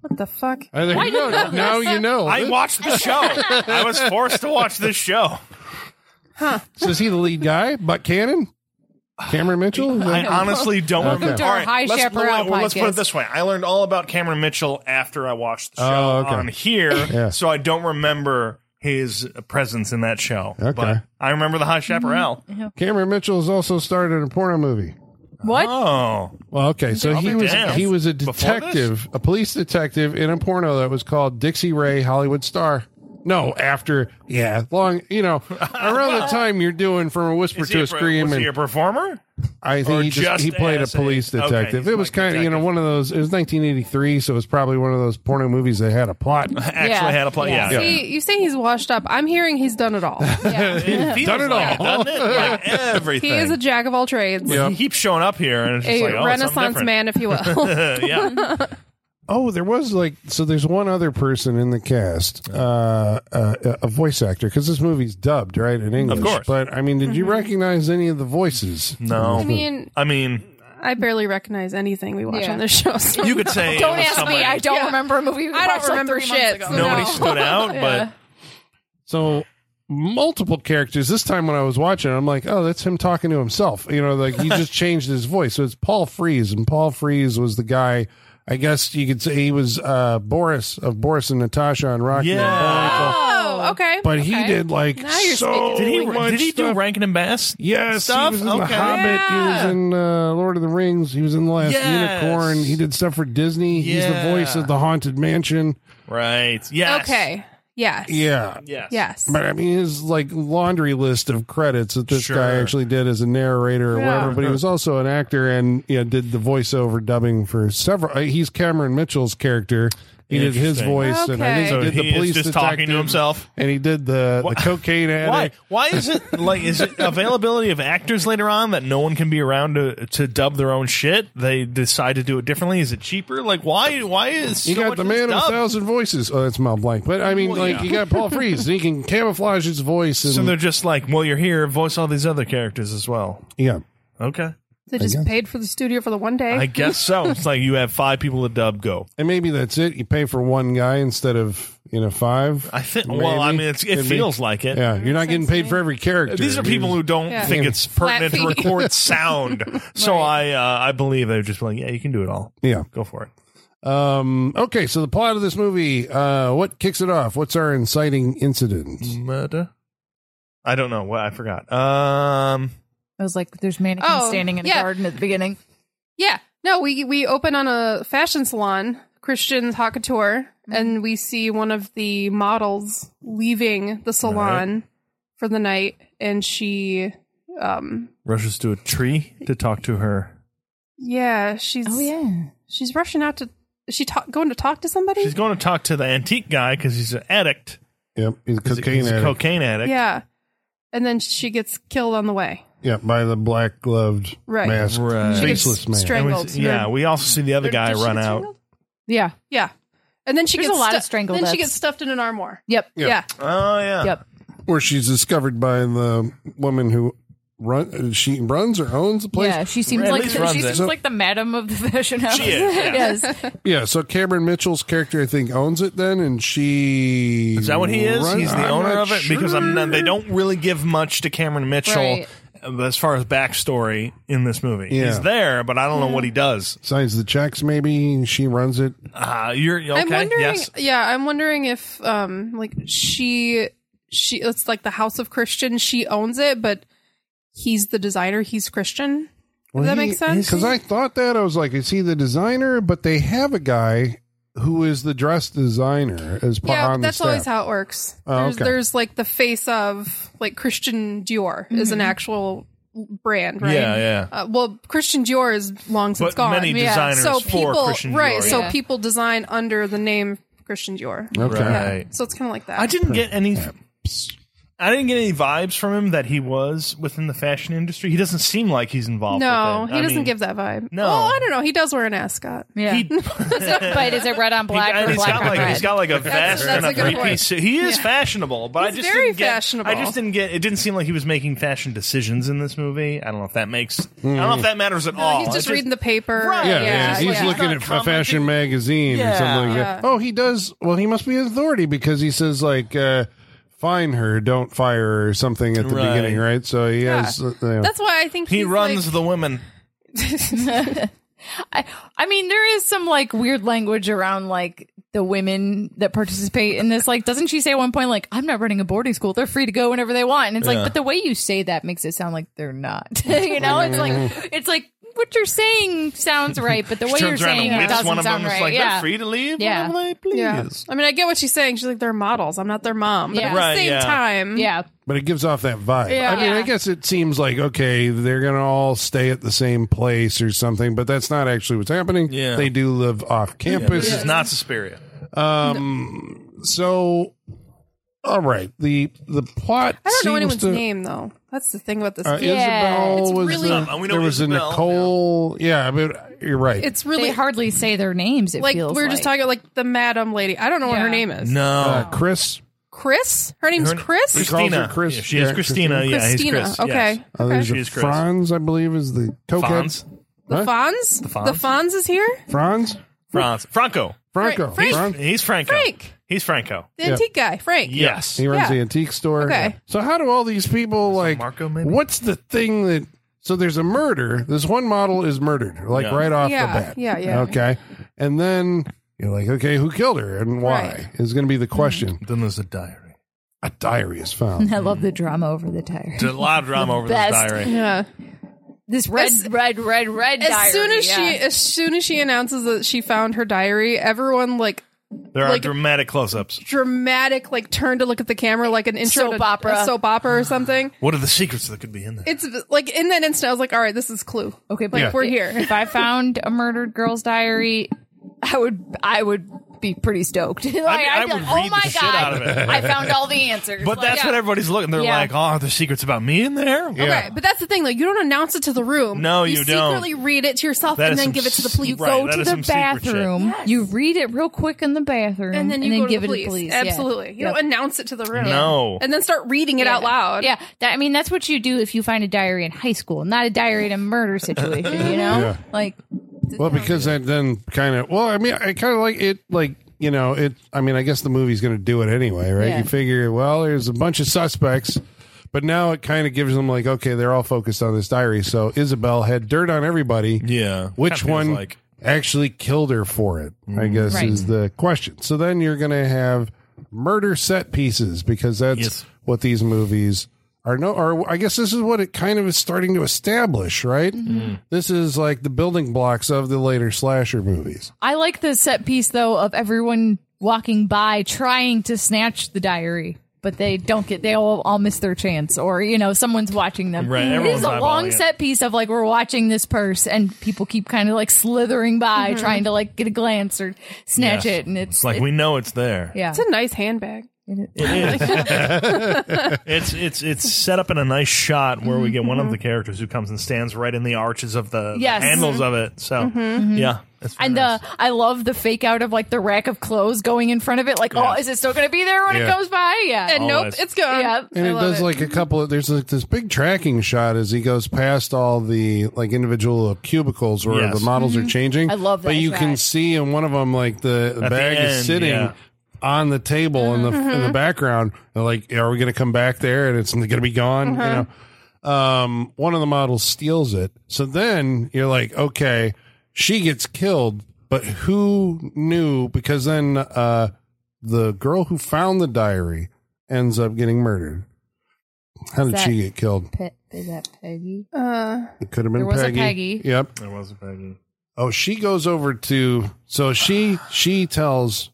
What the fuck?
Uh, there you go. Now you know.
I
This-
watched the show. I was forced to watch this show.
so is he the lead guy? Buck Cannon? Cameron Mitchell? Is that-
I honestly don't remember.
to our
All right,
High
let's,
Chaparral
well, let's put it
podcast.
this way: I learned all about Cameron Mitchell after I watched the show
Oh, okay.
on here,
Yeah.
so I don't remember his presence in that show.
Okay.
Mm-hmm.
But I remember the High Chaparral.
Cameron Mitchell has also starred in a porno movie.
What?
Oh,
Well, okay, so he was
damned.
he was a
Before this?
detective, a police detective in a porno that was called Dixie Ray Hollywood Star. No, after yeah, long you know, around the time you're doing from a whisper
Is
to
he
a,
a, pro-
scream,
was
and
he a performer?
I think
or
he just,
just
he played a
as a-
police
okay,
detective.
he's
it was
like
kind of you know
detective.
one of those. It was 1983, so it was probably one of those porno movies that had a plot.
Actually had a play. Yeah,
Yeah.
See, you say he's washed up. I'm hearing he's done it all.
It feels
Done it
like
all.
doesn't it? Like everything.
He is a jack of all trades,
Yeah.
He keeps showing up here, and it's just
a
like, oh, it's
renaissance
something
man, if you will.
different. yeah,
Oh, there was like so. There's one other person in the cast, uh, uh, a voice actor, because this movie's dubbed right in English.
course. Mm-hmm.
but I mean, did you recognize any of the voices?
No.
I mean,
I mean,
I barely recognize anything we watch
Yeah.
on this show. So
you could say it
Don't
was
ask
somebody-
me. I don't
Yeah.
remember a movie. we
I don't
watched, like,
remember
three months
shit,
ago.
so
Nobody
No.
stood out, but
So multiple characters. This time when I was watching, I'm like, oh, that's him talking to himself. You know, like he just changed his voice. So it's Paul Freeze, and Paul Freeze was the guy. I guess you could say he was uh, Boris of Boris and Natasha on Rocky. and
Yeah.
Bullwinkle.
oh, okay.
But he
Okay.
did like
Now you're
so
speaking.
did he
much
did he do
stuff.
Rankin and Bass?
Yes,
stuff?
he was in The
Okay.
Hobbit. He
Yeah.
was in uh, Lord of the Rings. He was in The Last
Yes.
Unicorn. He did stuff for Disney. He's the
Yeah.
voice of the Haunted Mansion.
Right. Yes.
Okay. Yes.
Yeah,
Yes.
Yes.
But I mean, his like laundry list of credits that this
Sure.
guy actually did as a narrator or
Yeah.
whatever, but he was also an actor and you know, did the voiceover dubbing for several. Uh, he's Cameron Mitchell's character. He did his
Interesting.
voice, and I think
Okay.
So
he did
he
the
is
police
just
detective,
talking to himself?
and he did the, the cocaine
Why?
addict.
Why is it like? Is it availability of actors later on that no one can be around to to dub their own shit? They decide to do it differently. Is it cheaper? Like why? Why is
You
so
got
much
the
of this
man of a
dubbed?
thousand voices. Oh, that's Mount Blank. But I mean,
Well,
like
yeah.
you got Paul Frees, and he can camouflage his voice. And
So they're just like, well, you're here. Voice all these other characters as well.
yeah,
Okay,
They just paid for the studio for the one day.
I guess so. It's like you have five people to dub. Go.
and maybe that's it. You pay for one guy instead of you know five.
I think.
Maybe.
Well, I mean, it's, it
It'd be-
feels like it.
Yeah, you're not getting paid for every character.
These are people who don't
Yeah.
think it's
Flat
pertinent to
feet.
record sound. So I uh, I believe they're just like, yeah, you can do it all.
Yeah.
Go for it.
Um. Okay. So the plot of this movie. Uh. What kicks it off? What's our inciting incident?
Murder. I don't know what I forgot. Um,
It was like there's mannequins
Oh,
standing in a
yeah.
garden at the beginning.
Yeah. No, we we open on a fashion salon, Christian's Hot Couture, and we see one of the models leaving the salon for the night, and she, um,
rushes to a tree to talk to her.
Oh, yeah, she's
Oh, yeah.
she's rushing out to. Is she ta- going to talk to somebody?
She's going to talk to the antique guy because he's an addict.
Yep. He's a
He's a-
cocaine
he's a
addict.
cocaine addict.
yeah, and then she gets killed on the way.
yep. By the black gloved
Right.
mask,
Right.
faceless man.
And we-
strangled.
yeah,
Her-
we also see the other
her-
guy
did she
run
get
out.
strangled?
Yeah.
Yeah, and then she
There's
gets
a lot of
stu-
strangled
Then she
deaths.
gets stuffed in an armoire.
Yep.
Yeah.
Yeah,
Oh yeah.
Yep.
Where she's discovered by the woman who run. She runs or owns the place.
Yeah. She seems
At
like
least
the,
runs
she
it.
seems
So-
like the madam of the fashion house.
She is, yeah.
yes.
Yeah, so Cameron Mitchell's character, I think, owns it then, and she
Is that what he is?
run-
He's the
I'm
owner
not
of it because I'm not, they don't really give much to Cameron Mitchell
Right.
uh as far as backstory in this movie.
Yeah.
He's there, but I don't know what he does.
signs the checks. Maybe and she runs it.
Uh, you're okay.
I'm wondering.
yes.
Yeah, I'm wondering if um like she she it's like the House of Christian. She owns it, but he's the designer. He's Christian. Does that make sense?
Because I thought that I was like, is he the designer? But they have a guy who is the dress designer as part
yeah,
on
that's
the staff.
always how it works.
Oh,
there's,
okay.
there's like the face of like Christian Dior is an actual brand, right?
Yeah, yeah.
Uh, well, Christian Dior is long since
But
gone.
many designers
so
for
people,
Christian Dior,
right? So
yeah.
people design under the name Christian Dior.
okay.
Right.
So it's kind of like that.
I didn't get any. I didn't get any vibes from him that he was within the fashion industry. He doesn't seem like he's involved.
No,
with it.
he
I
doesn't
mean,
give that vibe.
No.
Well, I don't know. He does wear an ascot.
Yeah.
He, he,
but is it red on black
and
or
he's
black
got
on
like
red?
he's got like a vest
that's a
and a
good
three
point.
piece suit. He is fashionable, but I
He's
just
very
didn't get,
fashionable.
I just didn't get. It didn't seem like he was making fashion decisions in this movie. I don't know if that makes. I don't know if that matters at all.
He's
It
just reading the paper.
Oh, Right.
Yeah,
Yeah,
yeah, he's
yeah.
looking
Not
at a
commenting.
fashion magazine or
Yeah.
something like that. Oh, he does. Well, he must be an authority because he says like, uh, "Fine her, don't fire her" or something at the
Right.
beginning, right? So he
Yeah.
has. uh, yeah.
That's why I think
He
he's
runs
Like,
the women.
I, I mean, there is some like weird language around like the women that participate in this. Like, doesn't she say at one point, like, I'm not running a boarding school. They're free to go whenever they want. And it's like, but the way you say that makes it sound like they're not. you know, it's like, it's like, what you're saying sounds right, but the way you're
Mm-hmm. turns around
saying
and
it
whips
doesn't
one of them.
sound
It's
right.
like
yeah.
they're free to leave
Yeah.
whenever they
Yeah.
please.
I mean, I get what she's saying. She's like, they're models. I'm not their mom. But
Yeah.
at the
Right,
same
yeah.
time,
yeah.
But it gives off that vibe.
Yeah.
I mean, I
Yeah.
guess it seems like okay, they're gonna all stay at the same place or something, but that's not actually what's happening.
Yeah.
They do live off campus.
This is not Suspiria.
So all right. The the plot
I don't know
seems
anyone's
to-
name, though. That's the thing about this
Uh,
game.
Yeah.
Isabel
It's
was
really-
the,
Um, we know
there was
Isabel,
a Nicole. Yeah, but you're right.
It's
They
really hard.
hardly say their names. It
Like, we
feels
were
like.
just talking about, like, the madam lady. I don't know what her
Yeah.
name is.
uh,
No.
Chris.
Chris? Her name's Chris?
calls
Christina.
her Chris.
Yeah, she is
Yeah,
Christina. Yeah, he's
Christina.
Chris.
okay.
Yes.
Uh,
okay.
there's a
She's Chris.
Franz, I believe, is the cokehead.
Fonz.
The
Huh?
Fonz? The
Fonz?
Fonz is here?
Franz,
Franz. Franco.
Franco,
Frank.
Franz.
He's Franco.
Frank.
He's Franco.
The
Yeah.
antique guy, Frank.
Yes.
He runs
Yeah.
the antique store.
Okay.
So how do all these people like?
Marco, maybe?
What's the thing that? So there's a murder. This one model is murdered, like
Yeah.
right off
Yeah,
the bat.
yeah, yeah.
Okay. And then you're like, okay, who killed her and why is going to be the question.
Then there's a diary.
A diary is found.
I love the drama over the tire.
There's a lot of drama over this
Best.
diary.
Yeah.
This red,
As-
red, red, red.
As
diary,
soon as
yeah.
she as soon as she announces that she found her diary, everyone like
There are
Like-
dramatic close-ups.
dramatic like turn to look at the camera like an intro
Soap
to
opera.
a soap opera or something.
What are the secrets that could be in there?
It's like in that instant I was like, all right, this is clue.
Okay, but
Like
Yeah.
we're here.
if I found a murdered girl's diary, I would I would be pretty stoked. like,
I
I'd be
would
like, oh
read the
my
shit
god,
out of it."
I found all the answers.
but
Like,
that's
yeah.
what everybody's looking. They're
Yeah.
like, oh, are there secrets about me in there?
Yeah.
Right, but that's the thing, though. You don't announce it to the room.
No, you don't.
secretly read it to yourself
That
and
is
then
some
give it to the
s-
police.
You
Right,
go
that
to
is
the
some secret shit.
bathroom. You read it real quick in the bathroom,
And then you go
give
to the
it
police.
to police. yeah.
Absolutely. You
Yep.
don't announce it to the room.
No.
And then start reading it out loud.
Yeah, that, I mean that's what you do if you find a diary in high school, not a diary in a murder situation. You know,
Yeah.
like
Well, because that then kind of well, I mean, I kind of like it, like you know, it. I mean, I guess the movie's going to do it anyway, right?
Yeah.
You figure, well, there's a bunch of suspects, but now it kind of gives them like, okay, they're all focused on this diary. So Isabel had dirt on everybody.
Yeah. Kinda
which
feels
one
like- Mm-hmm.
actually killed her for it? I guess
Right.
is the question. So then you're going to have murder set pieces because that's
Yes.
what these movies are no or I guess this is what it kind of is starting to establish, right?
Mm-hmm.
This is like the building blocks of the later slasher movies.
I like the set piece though of everyone walking by trying to snatch the diary, but they don't get. They all, all miss their chance, or you know, someone's watching them.
Right,
it
everyone's
is a
eyeballing
long
it.
set piece of like we're watching this purse, and people keep kind of like slithering by, trying to like get a glance or snatch
Yes.
it, and it's,
It's like
it-
we know it's there.
yeah,
It's a nice handbag.
It is. it's it's it's set up in a nice shot where we get one of the characters who comes and stands right in the arches of the, the
Mm-hmm. Yes. Mm-hmm.
handles of it. So yeah, it's very
And uh,
nice.
the I love the fake out of like the rack of clothes going in front of it. Like, oh, is it still going to be there when
Yeah.
it goes by? Yeah.
And
Always.
nope, it's gone.
Yep.
And
I
it
love
does like a couple of there's like this big tracking shot as he goes past all the like individual cubicles where
Yes.
the models are changing.
I love
But
that
you can
shot.
see in one of them like the
the
bag
end,
is sitting
yeah.
on the table in the
Mm-hmm.
in the background. They're like, are we going to come back there? And it's going to be gone.
Mm-hmm.
You know, um, one of the models steals it. So then you're like, okay, she gets killed, but who knew? Because then uh, the girl who found the diary ends up getting murdered. How did
Is
she
that-
get killed?
Pe- is that Peggy?
It could have been
There was a
Peggy.
Peggy.
Yep.
there was a Peggy.
Oh, she goes over to so she she tells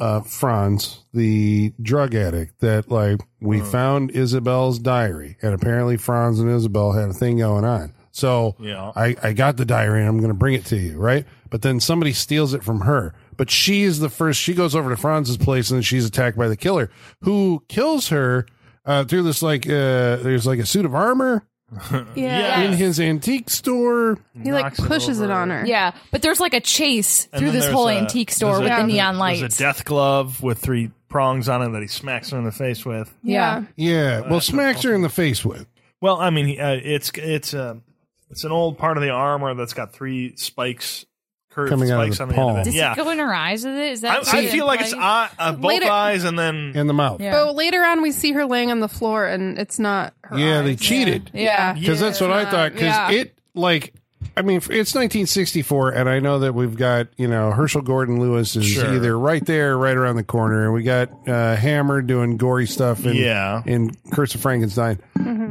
uh Franz, the drug addict, that like we found Isabel's diary and apparently Franz and Isabel had a thing going on. So
Yeah.
I, I got the diary and I'm gonna bring it to you, right? But then somebody steals it from her. But she is the first she goes over to Franz's place and she's attacked by the killer who kills her uh through this like uh there's like a suit of armor
it.
Yeah.
Yeah.
in his antique store.
He like
Knocks it
pushes it,
over.
on her.
Yeah, but there's like a chase
And
through
then
this
there's
whole
a-
antique store with
there's
the
a-
neon lights.
There's a death glove with three prongs on it that he smacks her in the face with.
yeah.
Yeah.
Yeah.
Well, smacks her in the face with.
Well, I mean, he- uh, it's it's uh, it's an old part of the armor that's got three spikes, curved
Coming out of
spikes
the
on the
palm.
end of it.
Does
yeah,
it go in her eyes with it? Is
I,
that
I feel like it's eye, uh, both
Later-
eyes and then
in the mouth.
Yeah.
But later on, we see her laying on the floor, and it's not her.
Yeah, they
eyes.
cheated.
Yeah.
Yeah.
Because that's what I thought. Because
Yeah.
it, like, I mean, it's 1964, and I know that we've got, you know, Herschel Gordon Lewis is
Sure.
either right there or right around the corner, and we got uh, Hammer doing gory stuff in,
Yeah.
Mm-hmm.
in Curse of Frankenstein.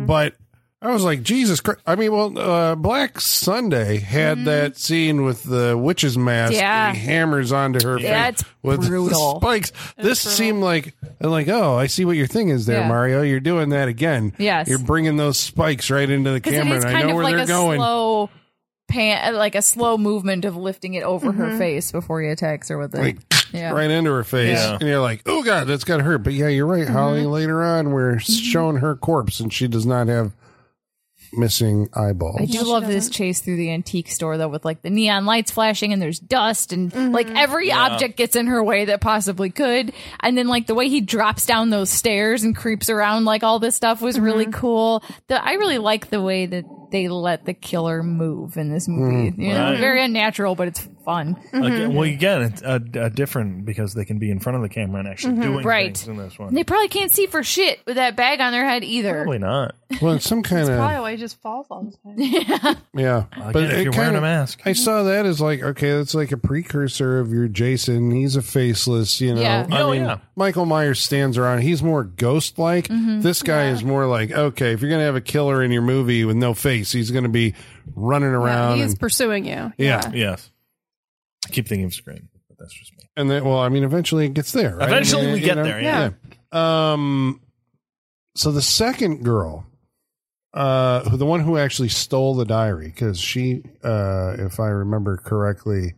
But I was like, Jesus Christ. I mean, well, uh, Black Sunday had that scene with the witch's mask.
Mm-hmm. Yeah.
and he hammers onto her
Yeah,
face
it's
with
brutal.
the spikes. this seemed like, I'm like, oh, I see what your thing is there,
Yeah.
Mario. You're doing that again.
Yes.
You're bringing those spikes right into the
Because it
camera,
is
and I
kind
know
of
where
like
they're
a
going.
slow pan, like a slow movement of lifting it over her face before he attacks her with it.
Like,
yeah.
right into her face.
Yeah.
And you're like, oh, God, that's got to hurt. But yeah, you're
Mm-hmm.
right, Holly. Later on, we're shown her corpse, and she does not have missing eyeballs.
I do love this chase through the antique store though, with like the neon lights flashing and there's dust and like every object gets in her way that possibly could. And then like the way he drops down those stairs and creeps around, like all this stuff was really cool. The I really like the way that they let the killer move in this
Mm.
movie. You know,
Right.
very unnatural, but it's fun.
Mm-hmm.
Again, well, again, it's uh, d- uh, different because they can be in front of the camera and actually doing
Mm-hmm. Right.
things in this one.
And they probably can't see for shit with that bag on their head either.
Probably not.
Well, it's some kind of.
Probably why he just falls all the time.
Yeah,
Again, if
it
you're wearing
kinda-
a mask.
I saw that as like okay, that's like a precursor of your Jason. He's a faceless, you know.
Yeah.
I
Oh,
mean,
yeah.
Michael Myers stands around. He's more ghost-like.
Mm-hmm.
This guy is more like okay, if you're gonna have a killer in your movie with no face, he's gonna be running around.
he is
and,
pursuing you.
yeah.
Yes. I keep thinking of Scream, but that's just me.
and then well, I mean, eventually it gets there. Right?
Eventually
I mean,
we
you
get
know?
there. Yeah.
Yeah.
Um, so the second girl, uh, who- the one who actually stole the diary, because she, uh, if I remember correctly,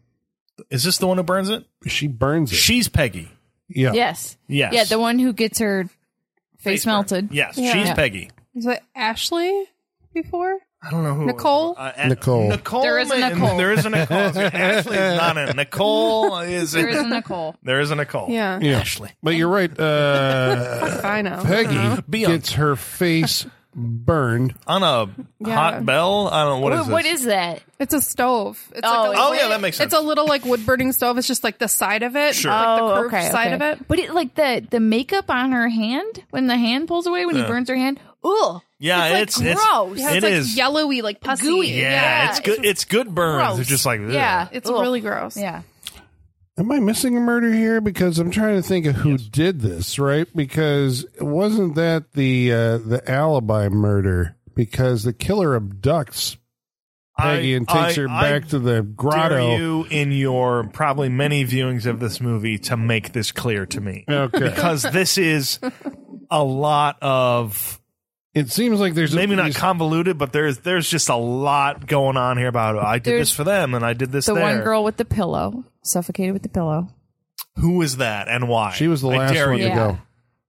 Is this the one who burns it?
she burns it.
She's Peggy.
yeah.
Yes.
Yes.
Yeah, the one who gets her face,
burn.
melted.
Yes,
Yeah.
she's
Yeah.
Peggy.
Is it Ashley before?
I don't know who
Nicole?
Uh, uh,
Nicole.
Nicole.
There is a
and-
Nicole.
There is a Nicole. Ashley's not in. Nicole is
There is a
in.
Nicole.
There is a Nicole.
Yeah.
Yeah.
Ashley.
But you're right. Uh,
I know.
Peggy
Be on-
gets her face burned.
On a
Yeah.
hot bell. I don't know what is
What,
this.
what is that?
It's a stove. It's
Oh,
like a,
Oh yeah, that makes sense.
It's a little like wood burning stove. It's just like the side of it,
Sure.
like the
Oh,
curved side of it.
But it, like the the makeup on her hand when the hand pulls away when he burns her hand. Ooh,
yeah,
it's,
it's,
like, gross.
Yeah, it's
It
like
is.
yellowy, like pussy.
Gooey.
yeah, it's good. It's good burns.
gross.
It's just like ugh.
yeah,
It's
Ugh.
really gross.
yeah.
Am I missing a murder here? Because I'm trying to think of who did this, right? Because wasn't that the uh, the alibi murder? Because the killer abducts Peggy
I-
and takes
I-
her
I
back to the
Dare
grotto.
you in your probably many viewings of this movie to make this clear to me
Okay.
because this is a lot of
It seems like there's
maybe not
these-
convoluted, but there's there's just a lot going on here about I did
There's
this for them and I did this
The
there.
one girl with the pillow suffocated with the pillow.
Who was that and why?
She was the
I
last
dare
one
you.
to
Yeah.
go.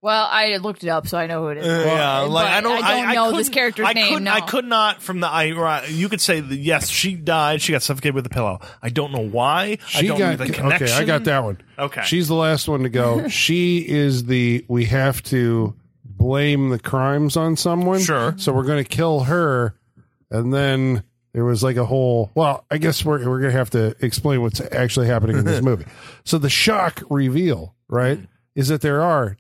Well, I looked it up, so I know who it is.
yeah, like I don't,
I don't know this
couldn't-
character's
I
name,
couldn't-
no.
I could not from the. I right, you could say that, yes, she died. She got suffocated with a pillow. I don't know why. I
She
don't
got
know the connection.
okay. I got that one.
Okay.
she's the last one to go. she is the we have to blame the crimes on someone.
Sure.
So we're going to kill her, and then there was like a whole. Well, I guess we're we're going to have to explain what's actually happening in this movie. So the shock reveal, right, is that there are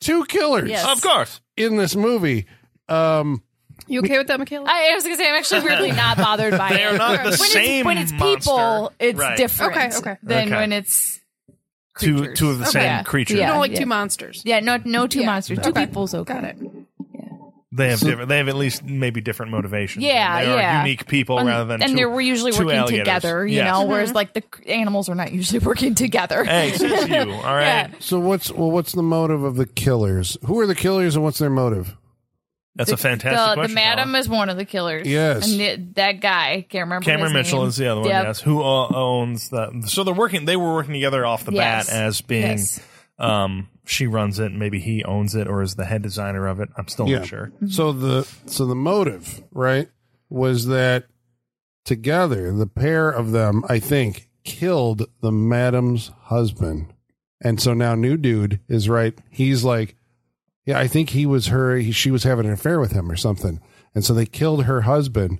two killers
Yes.
Of course,
in this movie. Um,
You okay with that, Michaela?
I, I was gonna say I'm actually weirdly not bothered by it.
They're not the
when
same
It's, when it's people,
monster.
it's
Right.
different.
Okay, okay.
Than
Okay.
when it's
two
Creatures.
two of the same
Yeah.
creatures.
I
Yeah.
don't like two monsters.
yeah, no, no two
Yeah.
monsters, two people's okay.
Got it.
They have different. They have at least maybe different motivations.
Yeah,
they are
yeah.
unique people
And,
rather than
and
two,
they were usually
two
working
alligators.
together, you
Yes.
know, whereas like the c- animals were not usually working together.
Hey, since you all right.
Yeah.
so what's well, what's the motive of the killers? Who are the killers, and what's their motive?
That's a fantastic
the,
question.
the madam
Colin.
is one of the killers.
Yes.
and the, that guy can't remember.
Cameron
his
Mitchell
name.
is the other one.
Yep.
Yes, who uh, owns the? So they're working. They were working together off the
Yes.
bat as being.
Yes.
Um, she runs it. and Maybe he owns it or is the head designer of it. I'm still
Yeah.
not sure.
So the so the motive, right, was that together the pair of them, I think, killed the madam's husband. And so now new dude is right. He's like yeah, I think he was her he, she was having an affair with him or something. And so they killed her husband.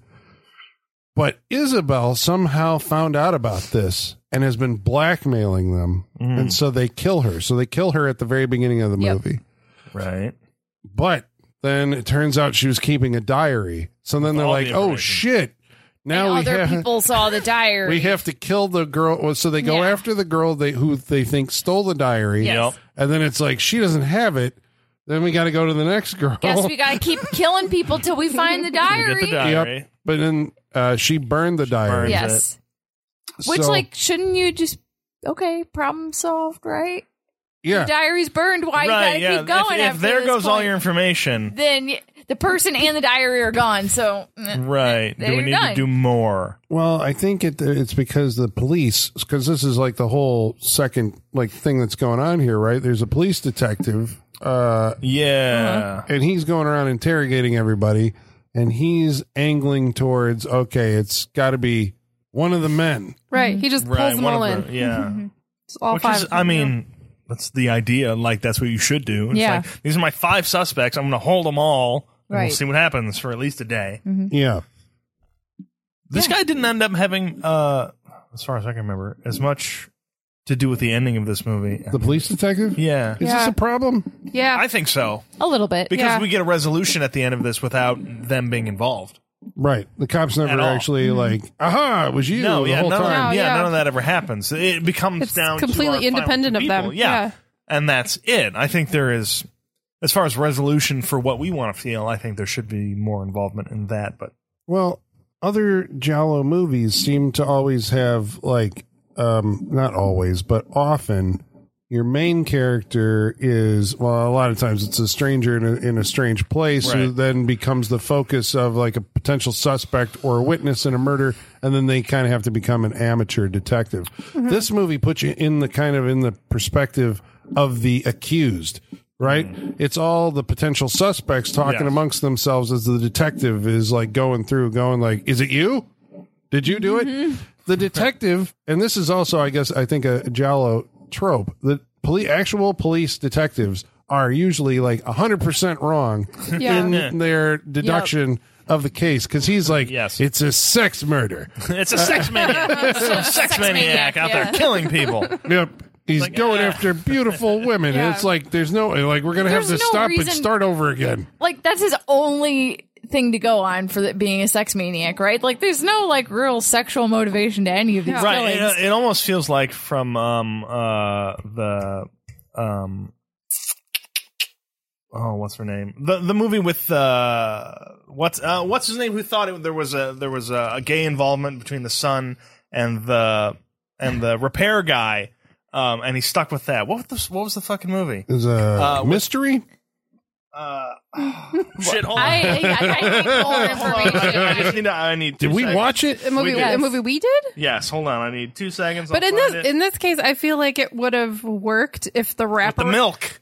But Isabel somehow found out about this and has been blackmailing them. And so they kill her. So they kill her at the very beginning of the
Yep.
movie.
Right.
But then it turns out she was keeping a diary. So then they're
all
like,
the
"Oh
information."
shit! Now
Oh,
we
Other
have
people saw the diary.
we have to kill the girl." Well, So they go
Yeah.
after the girl they who they think stole the diary,
Yes.
Yep.
and then it's like she doesn't have it. Then we got to go to the next girl.
Guess we gotta keep killing people till we find the
You
diary.
get the diary.
Yep. But then uh, she burned the diary.
burned it.
Yes. Which,
So-
like, shouldn't you just okay? Problem solved, right?
yeah,
Your diary's burned. Why
Right,
you gotta
yeah.
keep going?
if if
after
there
this
goes all
point?
your information,
then y- the person and the diary are gone. So mm,
right?
There
do we
you're
need
done.
to do more?
Well, I think it, it's because the police, because this is like the whole second like thing that's going on here, right? There's a police detective, uh,
Uh-huh.
Yeah.
and he's going around interrogating everybody, and he's angling towards okay, it's got to be one of the men.
Right. He just pulls
Right.
them
one
all
of
in.
the- yeah.
Mm-hmm.
It's all
Which
five.
is,
of them,
I
yeah.
mean, that's the idea. Like, that's what you should do. It's
Yeah.
like, these are my five suspects. I'm going to hold them all. and
Right.
We'll see what happens for at least a day.
Mm-hmm.
Yeah,
This guy didn't end up having, uh, as far as I can remember, as much to do with the ending of this movie.
the police detective.
yeah.
Is this
Yeah.
a problem?
yeah.
I think so.
a little bit.
Because
Yeah.
we get a resolution at the end of this without them being involved.
Right. The cops
At
never
all.
actually like, aha, it was you
No,
the
yeah,
whole
none, of-
time.
Mm-hmm. No,
yeah,
yeah.
none of that ever happens. It becomes
It's
down to
completely
our final
independent of
people.
them.
Yeah.
Yeah.
and that's it. I think there is, as far as resolution for what we want to feel, I think there should be more involvement in that. But
Well, other Giallo movies seem to always have like um not always, but often your main character is well a lot of times it's a stranger in a, in a strange place who
Right.
then becomes the focus of like a potential suspect or a witness in a murder and then they kind of have to become an amateur detective. This movie puts you in the kind of in the perspective of the accused, right? It's all the potential suspects talking
Mm-hmm. Yes.
amongst themselves as the detective is like going through going like is it you? Did you do it? The detective, and this is also, I guess, I think a Jallo trope. The poli- actual police detectives are usually like hundred percent wrong
Yeah.
in their deduction of the case because he's like,
Yes.
it's a sex murder.
it's a sex maniac, Some sex
maniac,
maniac out
yeah.
there killing people.
yep." He's going
ah.
after beautiful women.
Yeah.
And it's like there's no like we're gonna have
There's
to
no
stop and
reason-
start over again.
Like that's his only thing to go on for the, being a sex maniac, right? Like there's no like real sexual motivation to any of these
Right.
killings.
It, it almost feels like from um uh the um oh what's her name the the movie with uh what's uh what's his name who thought it, there was a there was a, a gay involvement between the son and the and the repair guy um and he's stuck with that what was the, what was the fucking movie
There's a
Uh, what-
mystery.
uh shit hold on.
I, I, I hate more information.
I just need to, I need
Did
two
we
seconds.
watch it?
a movie,
We did.
a movie we did,
yes hold on I need two seconds
but
I'll
in this
find it.
in this case, I feel like it would have worked if the
with
rapper.
the milk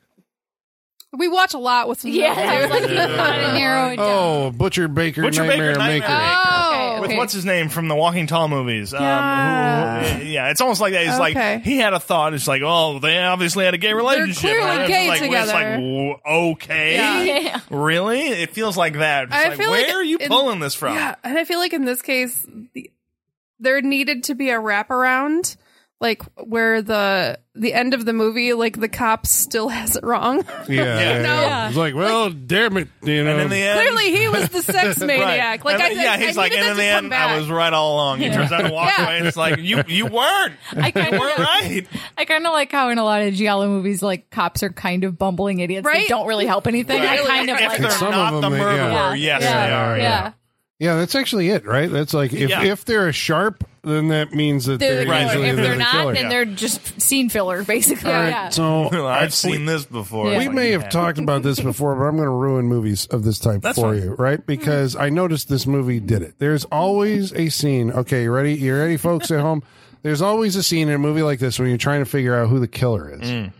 We watch a lot with some
Yeah,
milk,
I was
dude.
like, you gotta narrow it down.
Oh, Butcher Baker,
Butcher Baker,
Nightmare,
Nightmare
Maker.
Maker.
oh,
Okay,
with
okay.
what's his name from the Walking Tall movies. Um,
Yeah.
who- who- yeah, it's almost like that. It's
Okay.
like he had a thought. It's like, oh, they obviously had a gay relationship.
clearly
And it's
gay
like, well, It's
together.
like, w- okay,
Yeah.
Yeah.
really? It feels like that. It's
I
like,
feel
where
like
are you
in-
pulling this from?
Yeah, and I feel like in this case, the, there needed to be a wraparound, like where the the end of the movie, like the cop still has it wrong.
Yeah,
Yeah.
yeah, yeah.
No.
It's like, well, damn it, you know.
And in the end,
Clearly, he was the sex
right.
maniac. Like,
And
I,
then-
I-
yeah,
I
he's like,
needed
and
that
in
to
the
come
end, I
back.
was right all along. He turns out and walks
Yeah.
away. And it's like, you you weren't.
I kind
You
of
weren't right.
I kind of like how in a lot of Giallo movies, like cops are kind of bumbling idiots. They
Right?
don't really help anything. I
Right.
kind of
if
like
they're
that.
Some of
not
them,
the
they- yeah.
murderer, yes,
yeah.
they are.
yeah.
yeah, that's actually it, right? That's like if,
Yeah.
if they're a sharp, then that means that they're,
They're the
Right.
killer.
usually
If
the
they're not,
killer.
then they're just scene filler, basically.
All right,
Yeah.
So
I've seen this before.
Yeah.
It's
We
like,
may
yeah.
have talked about this before, but I'm going to ruin movies of this type
That's
for
fine. Mm-hmm.
you, right? Because I noticed this movie did it. There's always a scene. Okay, you ready? You ready, folks at home? There's always a scene in a movie like this when you're trying to figure out who the killer is.
Mm.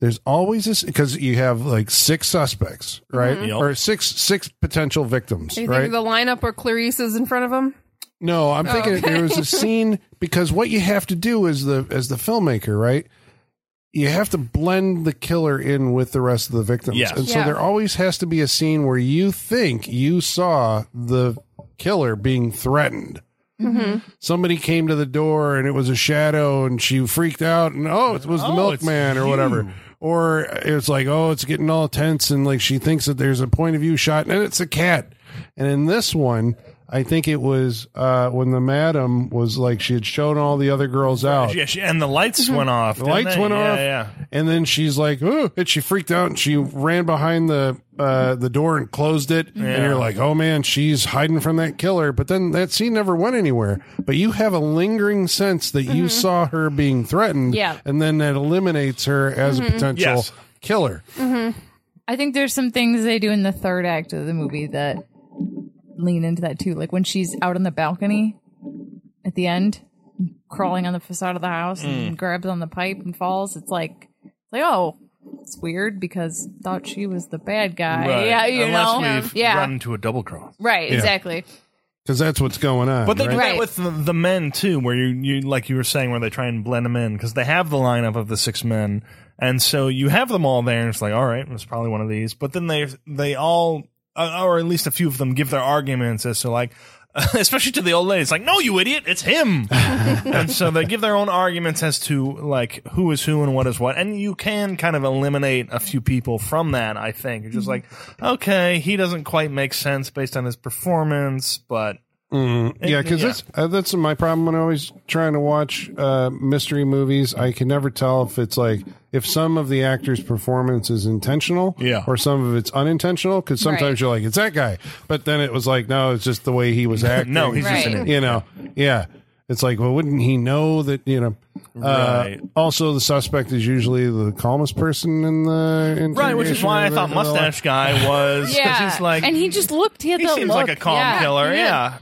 There's always this because you have like six suspects, right,
Mhm. Yep.
or six six potential victims,
Do you
right?
think the lineup where Clarice is in front of him?
No, I'm thinking there was a scene because what you have to do as the as the filmmaker, right? You have to blend the killer in with the rest of the victims.
Yes.
And so
Yeah.
there always has to be a scene where you think you saw the killer being threatened. Somebody came to the door and it was a shadow and she freaked out and oh, it was the
Oh,
milkman
it's
or whatever.
you.
Or it's like, oh, it's getting all tense and like she thinks that there's a point of view shot and it's a cat. And in this one, I think it was uh, when the madam was like she had shown all the other girls out.
Yeah, she, and the lights went off.
Mm-hmm. The lights went off,
Yeah,
and then she's like, "Ooh!" and she freaked out and she ran behind the uh, the door and closed it. And you're like, "Oh man, she's hiding from that killer." But then that scene never went anywhere. But you have a lingering sense that you saw her being threatened,
Yeah.
and then that eliminates her as a potential
Yes.
killer.
I think there's some things they do in the third act of the movie that lean into that too. Like when she's out on the balcony at the end, crawling on the facade of the house
Mm.
and grabs on the pipe and falls. It's like, it's like oh, it's weird because thought she was the bad guy.
yeah. Right.
Uh, Yeah, you
Unless
know,
we've
yeah,
run into a double cross.
right, exactly.
Because that's what's going on.
But they do
right?
that with the, the men too, where you, you like you were saying, where they try and blend them in because they have the lineup of the six men, and so you have them all there, and it's like, all right, it's probably one of these. But then they they all, uh, or at least a few of them, give their arguments as to like. Especially to the old lady, it's like, no, you idiot, it's him. and so they give their own arguments as to like who is who and what is what, and you can kind of eliminate a few people from that. I think you're just like, okay, he doesn't quite make sense based on his performance, but
yeah, because
yeah.
that's uh, that's my problem when I always trying to watch uh, mystery movies. I can never tell if it's like if some of the actor's performance is intentional,
Yeah.
or some of it's unintentional. Because sometimes
Right.
you're like, it's that guy, but then it was like, no, it's just the way he was acting.
no, he's just an
Right.
idiot.
you know, yeah. It's like, well, wouldn't he know that? You know. Uh,
Right.
Also, the suspect is usually the calmest person in the
Right, which is why I thought
interrogation or whatever.
Mustache Guy was. 'cause
Yeah,
he's like,
and he just looked. He had
he
that
seems
look.
like a calm
yeah.
killer.
he
Yeah.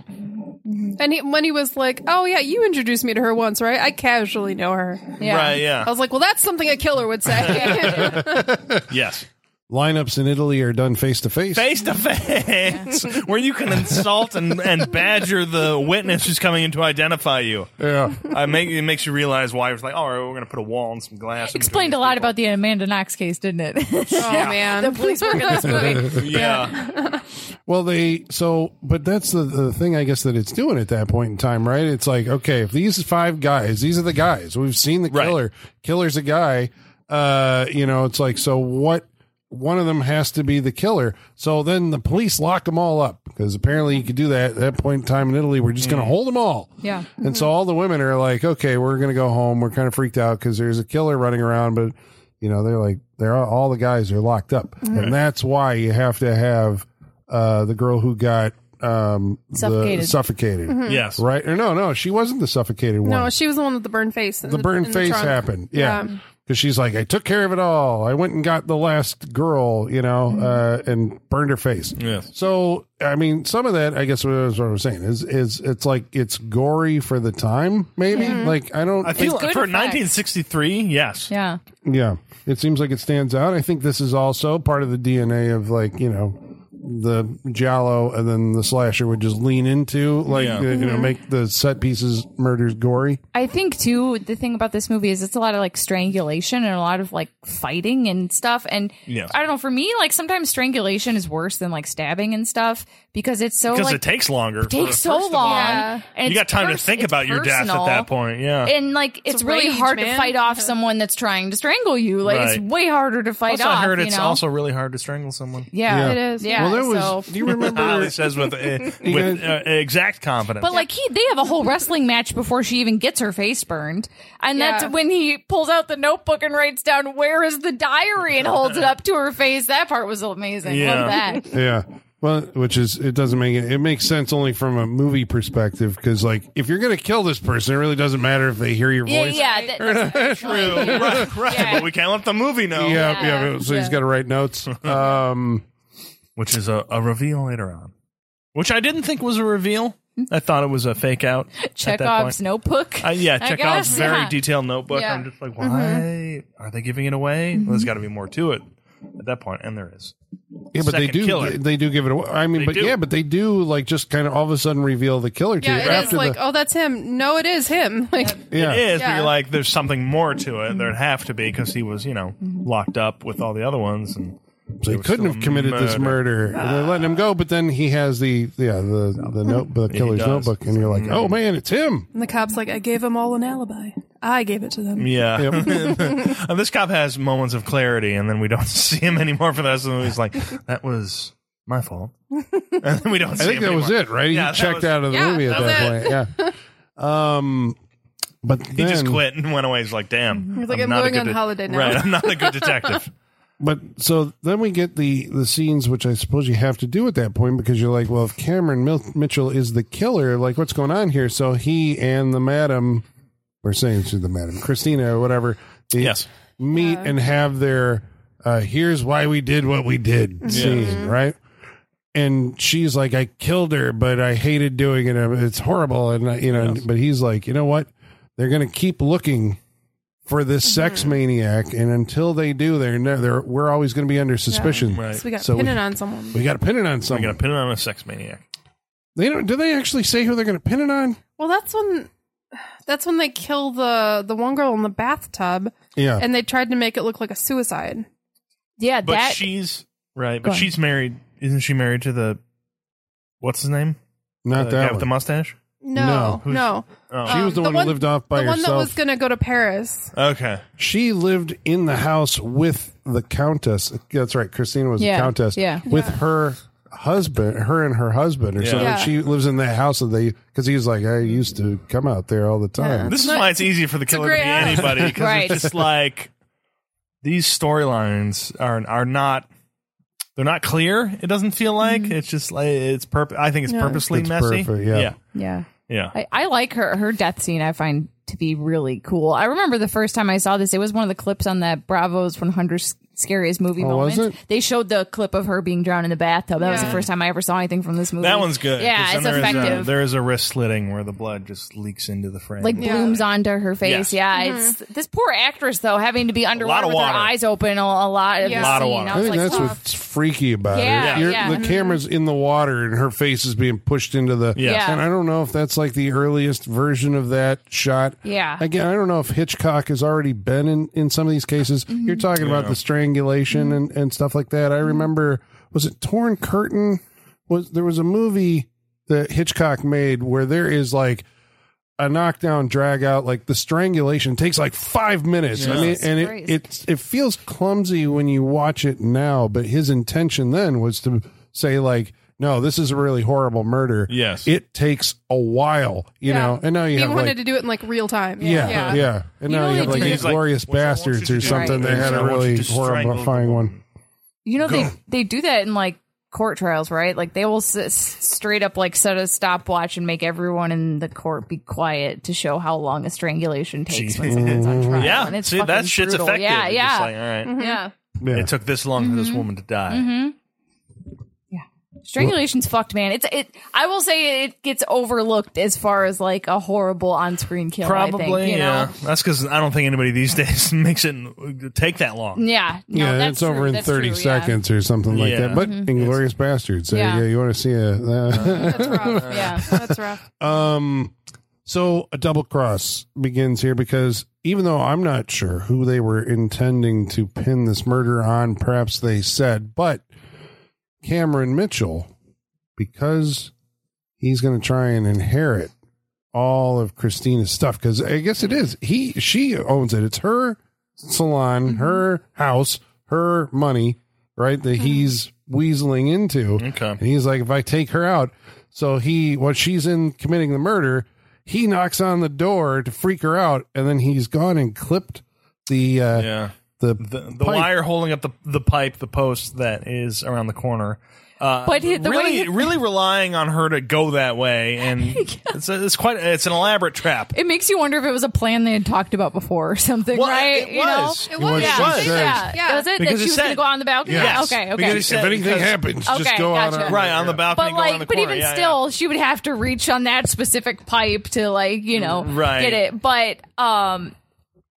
And he, when he was like, "Oh yeah, you introduced me to her once, right? I casually know her."
Yeah. Oh.
right. Yeah.
I was like, "Well, that's something a killer would say."
yes.
lineups in Italy are done face to face.
Face to face, where you can insult and, and badger the witness who's coming in to identify you.
Yeah.
I make, it makes you realize why. It's like, all right, we're going to put a wall and some glass. in
Explained a
between
lot
these
about the Amanda Knox case, didn't it?
oh man,
the police work in this movie.
people. Yeah.
Well, they so, but that's the, the thing I guess that it's doing at that point in time, right? It's like, okay, if these five guys, these are the guys we've seen the
Right.
killer, killer's a guy, uh, you know, it's like, so what? One of them has to be the killer. So then the police lock them all up because apparently you could do that at that point in time in Italy. We're just going to hold them all.
Yeah.
And so all the women are like, okay, we're going to go home. We're kind of freaked out because there's a killer running around, but you know, they're like, they're all, all the guys are locked up. And that's why you have to have, uh, the girl who got, um, the-
Suffocated.
suffocated,
yes.
right? Or no, no, she wasn't the suffocated one.
no, she was the one with the burned face. in
the burned
in
face
trunk.
happened. Yeah. Cause she's like, I took care of it all. I went and got the last girl, you know, uh, and burned her face.
Yes.
So, I mean, some of that, I guess, was what I was saying is, is it's like it's gory for the time, maybe. Like, I don't,
I feel
good
for
effects.
1963, yes.
Yeah.
yeah, it seems like it stands out. I think this is also part of the DNA of like you know the Giallo, and then the slasher would just lean into like
Yeah.
uh, you know make the set pieces murders gory.
I think too the thing about this movie is it's a lot of like strangulation and a lot of like fighting and stuff and
Yes.
I don't know for me like sometimes strangulation is worse than like stabbing and stuff because it's so
Because
like
it takes longer. for-
takes so
first of all,
long
Yeah.
and
You
it's
got time to
pers-
think
it's
about your death at
personal.
that point. Yeah.
And like it's,
a
really
rage,
hard to
man.
fight off someone that's trying to strangle you. Like it's
Right.
way harder to fight
also,
off.
I heard
you
it's
know?
also really hard to strangle someone.
yeah,
Yeah.
it
It
is.
is.
Yeah,
well, there
so-
was. Do you remember?
Holly says with, uh,
You
with uh,
guys-
exact confidence.
But like he, they have a whole wrestling match before she even gets her face burned, and
Yeah.
that's when he pulls out the notebook and writes down where is the diary and holds it up to her face. That part was amazing.
Yeah.
Love that.
yeah. Well, which is it doesn't make it. It makes sense only from a movie perspective because like if you're gonna kill this person, it really doesn't matter if they hear your
Yeah,
voice.
yeah, that- that's true.
right, right.
Yeah.
But we can't let the movie know.
yeah,
Yeah.
yeah, So he's got to write notes. Um,
Which is a, a reveal later on. Which I didn't think was a reveal. I thought it was a fake out. at that
Chekhov's
point.
notebook.
Uh, yeah,
I
Chekhov's
guess,
very
yeah.
detailed notebook.
Yeah. Mm-hmm.
I'm just like, why are they giving it away? Well, there's got to be more to it at that point, and there is.
Yeah, but they
second
do.
killer.
They, they do give it away. I mean,
They
but
do.
yeah, but they do like just kind of all of a sudden reveal the killer to
Yeah,
you
it is
after
like,
the
oh, that's him. No, it is him. Like,
yeah.
It is, but
Yeah.
you're like, there's something more to it.
Mm-hmm.
There'd have to be because he was, you know, locked up with all the other ones. And
So he
was
couldn't
still
have committed this murder. And they're letting him go, but then he has the yeah the the note the killer's
does. Mm-hmm.
notebook, and you're like, oh man, it's him.
and the cop's like, I gave them all an alibi. I gave it to
Mm.
them.
yeah, uh, And this cop has moments of clarity, and then we don't see him anymore for the rest of the movie. He's like, that was My fault. and then we don't.
I think that was it, right? He
Yeah, that
checked
was-
out of the
Yeah,
movie at
that
that point. Yeah. Um, but
He
then,
just quit and went away. He's like, "Damn,
He's like, I'm
not a
going
good
on
de-
holiday now.
Right, I'm not a good detective.
But so then we get the the scenes, which I suppose you have to do at that point because you're like, well, if Cameron Mil- Mitchell is the killer, like what's going on here? So he and the madam, or saying to the madam, Christina or whatever, they
Yes.
meet and have their uh, here's why we did what we did
Mm-hmm.
scene, right? And she's like, I killed her, but I hated doing it. Um, It's horrible, and I- you know. But he's like, you know what? They're gonna keep looking for this
Mm-hmm.
sex maniac, and until they do, they're, ne- they're we're always going to be under suspicion.
Right.
So we got
So
so
we-
pinning on someone.
We got to pin it on
I'm
something.
gonna pin it on a sex maniac.
they don't. Do they actually say who they're going to pin it on?
well, that's when that's when they kill the the one girl in the bathtub,
Yeah,
and they tried to make it look like a suicide.
Yeah,
But
that
she's right.
Go
But
on.
she's married. Isn't she married to the what's his name?
not
the guy
that
Uh, with the
one.
mustache.
No.
No, no.
Who's- Oh,
she
um,
was the,
the
one,
one-
who lived off by
the one
herself.
that was going to go to Paris.
okay.
she lived in the house with the countess. That's right, Christina was
Yeah,
a countess.
yeah.
with her husband, her and her husband, or
Yeah.
something.
Yeah.
She lives in that house that they because he's like, I used to come out there all the time.
This is
not-
why it's easy for the killer to
gray
be
area.
anybody because
Right.
it's just like these storylines are are not they're not clear. It doesn't feel like
Mm.
it's just like it's purpose. I think it's purposely
It's
messy.
perfect, yeah.
yeah,
yeah.
yeah.
I, I like her her death scene. I find to be really cool. I remember the first time I saw this. It was one of the clips on that Bravo's 100 s- scariest movie
Oh, was
moments.
it?
They showed the clip of her being drowned in the bathtub. That was the
Yeah.
first time I ever saw anything from this movie.
that one's good. 'cause
Yeah, it's
then there is uh, a-
effective.
there is a wrist slitting where the blood just leaks into the frame.
like
yeah.
blooms onto her face.
Yes.
Yeah, it's this poor actress though having to be underwater
of
with her
water.
eyes open a, a lot. Of
Yeah.
the
Lot
of
scene.
water.
I
I
was
think
like,
that's
"Oh,
what's freaky about
Yeah,
it. You're-
yeah. Mm-hmm.
The camera's in the water and her face is being pushed into the.
Yeah.
And I don't know if that's like the earliest version of that shot.
Yeah.
Again, I don't know if Hitchcock has already been in, in some of these cases.
Mm-hmm.
You're talking about the strangulation and, and stuff like that. I remember, was it Torn Curtain? Was There was a movie that Hitchcock made where there is like a knockdown drag out like the strangulation takes like five minutes i mean and it,
Christ.
it's it feels clumsy when you watch it now but his intention then was to say like no this is a really horrible murder
Yes.
it takes a while you
Yeah.
know and now you
He
have
wanted
like
to do it in like real time.
yeah, yeah and
You
now
know
you
they
have like
do-
these
He's like,
glorious
"What I want you
bastards
to
or
do
something
is
that had
I
a
want you
really
to strangle
horrifying
the
one
You know they they do that in like court trials, right? Like they will s- s- straight up like set a stopwatch and make everyone in the court be quiet to show how long a strangulation takes when
Jeez.
someone's on trial.
Yeah,
and it's
see
fucking
that shit's
brutal.
effective.
Yeah,
It's just
yeah, Mm-hmm.
like, all right.
yeah.
Mm-hmm. yeah
It took this long for this woman to die.
Mm-hmm. Strangulation's fucked, man. It's it. I will say it gets overlooked as far as like a horrible on-screen kill.
Probably,
I think, you
yeah.
know?
That's because I don't think anybody these days makes it take that long.
yeah, no,
yeah,
that's
it's over
true.
in
That's
30
true, yeah.
seconds or something like
Yeah.
that. But Inglorious Bastards. uh, yeah.
Yeah.
you want to see a. Uh,
That's rough.
Yeah.
That's rough.
Um, so a double cross begins here because even though I'm not sure who they were intending to pin this murder on, perhaps they said, but Cameron Mitchell, because he's going to try and inherit all of Christina's stuff, because I guess it is he she owns it. It's her salon,
Mm-hmm.
her house, her money, right? That he's weaseling into.
Mm-hmm. Okay.
And he's like, if I take her out, so he, while she's in committing the murder, he knocks on the door to freak her out, and then he's gone and clipped the uh,
Yeah.
the,
The, the
pipe.
wire holding up the, the pipe, the post that is around the corner. Uh,
But he- the way
really,
he-
really relying on her to go that way, and it's, a, it's quite it's an elaborate trap.
It makes you wonder if it was a plan they had talked about before or something,
Well,
right?
it
you know?
was.
It
was.
was.
Yeah.
Yeah,
It was.
yeah. yeah.
Yeah.
Was it
Because
that
it
she was
said-
going to go on the balcony?
Yes.
Okay, okay.
Because it
If
said-
anything
because-
happens, just
Okay,
go out
gotcha.
on
right on the balcony,
but
go on the
like, but
corner.
even
Yeah, yeah.
still, she would have to reach on that specific pipe to like, you know,
Right.
get it. But um,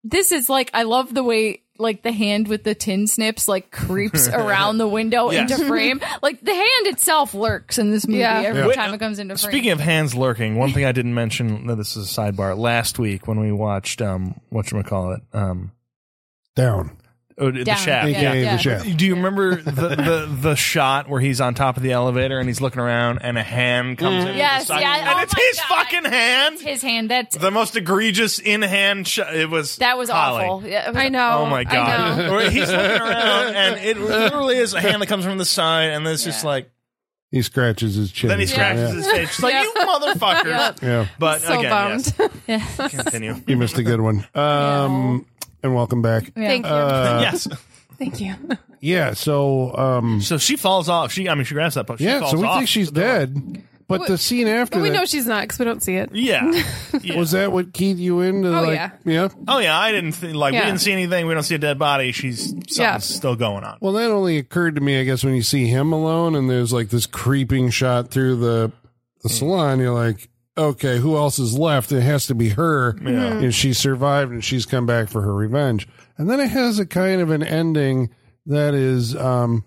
this is like, I love the way like the hand with the tin snips like creeps around the window
Yes.
into frame. Like the hand itself lurks in this movie
Yeah.
every
Wait,
time it comes into frame.
Speaking of hands lurking, one thing I didn't mention. no, This is a sidebar. Last week when we watched um, what call it um,
down,
oh, the
Down.
shaft,
Yeah,
aka
yeah.
the shaft.
Do you remember the, the the shot where he's on top of the elevator and he's looking around and a hand comes in? from
Mm. Yes,
the side,
yeah,
and
oh
it's
my
his
God.
fucking hand.
his hand, that's
The most egregious in hand. Sh- it was
that was
Holly.
awful. Yeah, it was-
I know.
Oh my
I know.
god! Or he's looking around and it literally is a hand that comes from the side and it's just
Yeah.
like
He scratches his chin.
Then he
Yeah.
scratches
Yeah.
his face. She's like,
Yeah.
you motherfucker.
Yeah.
But
So
again,
bummed.
yes.
Yeah.
Continue.
You missed a good one. Um, and welcome back.
Yeah.
Thank you.
Uh,
yes.
Thank you.
Yeah. So, um,
So she falls off. She, I mean, she grabs that, but she
yeah.
falls
So we
off.
think she's dead, but the scene after
But we
that,
know she's not because we don't see it.
Yeah. Yeah.
was that what keyed you into?
Oh,
like,
yeah.
oh yeah, I didn't think like
Yeah.
we didn't see anything. We don't see a dead body. She's something's
Yeah.
still going on.
Well, that only occurred to me, I guess, when you see him alone, and there's like this creeping shot through the the salon. You're like, okay, who else is left? It has to be her, and she survived, and she's come back for her revenge. And then it has a kind of an ending that is, um,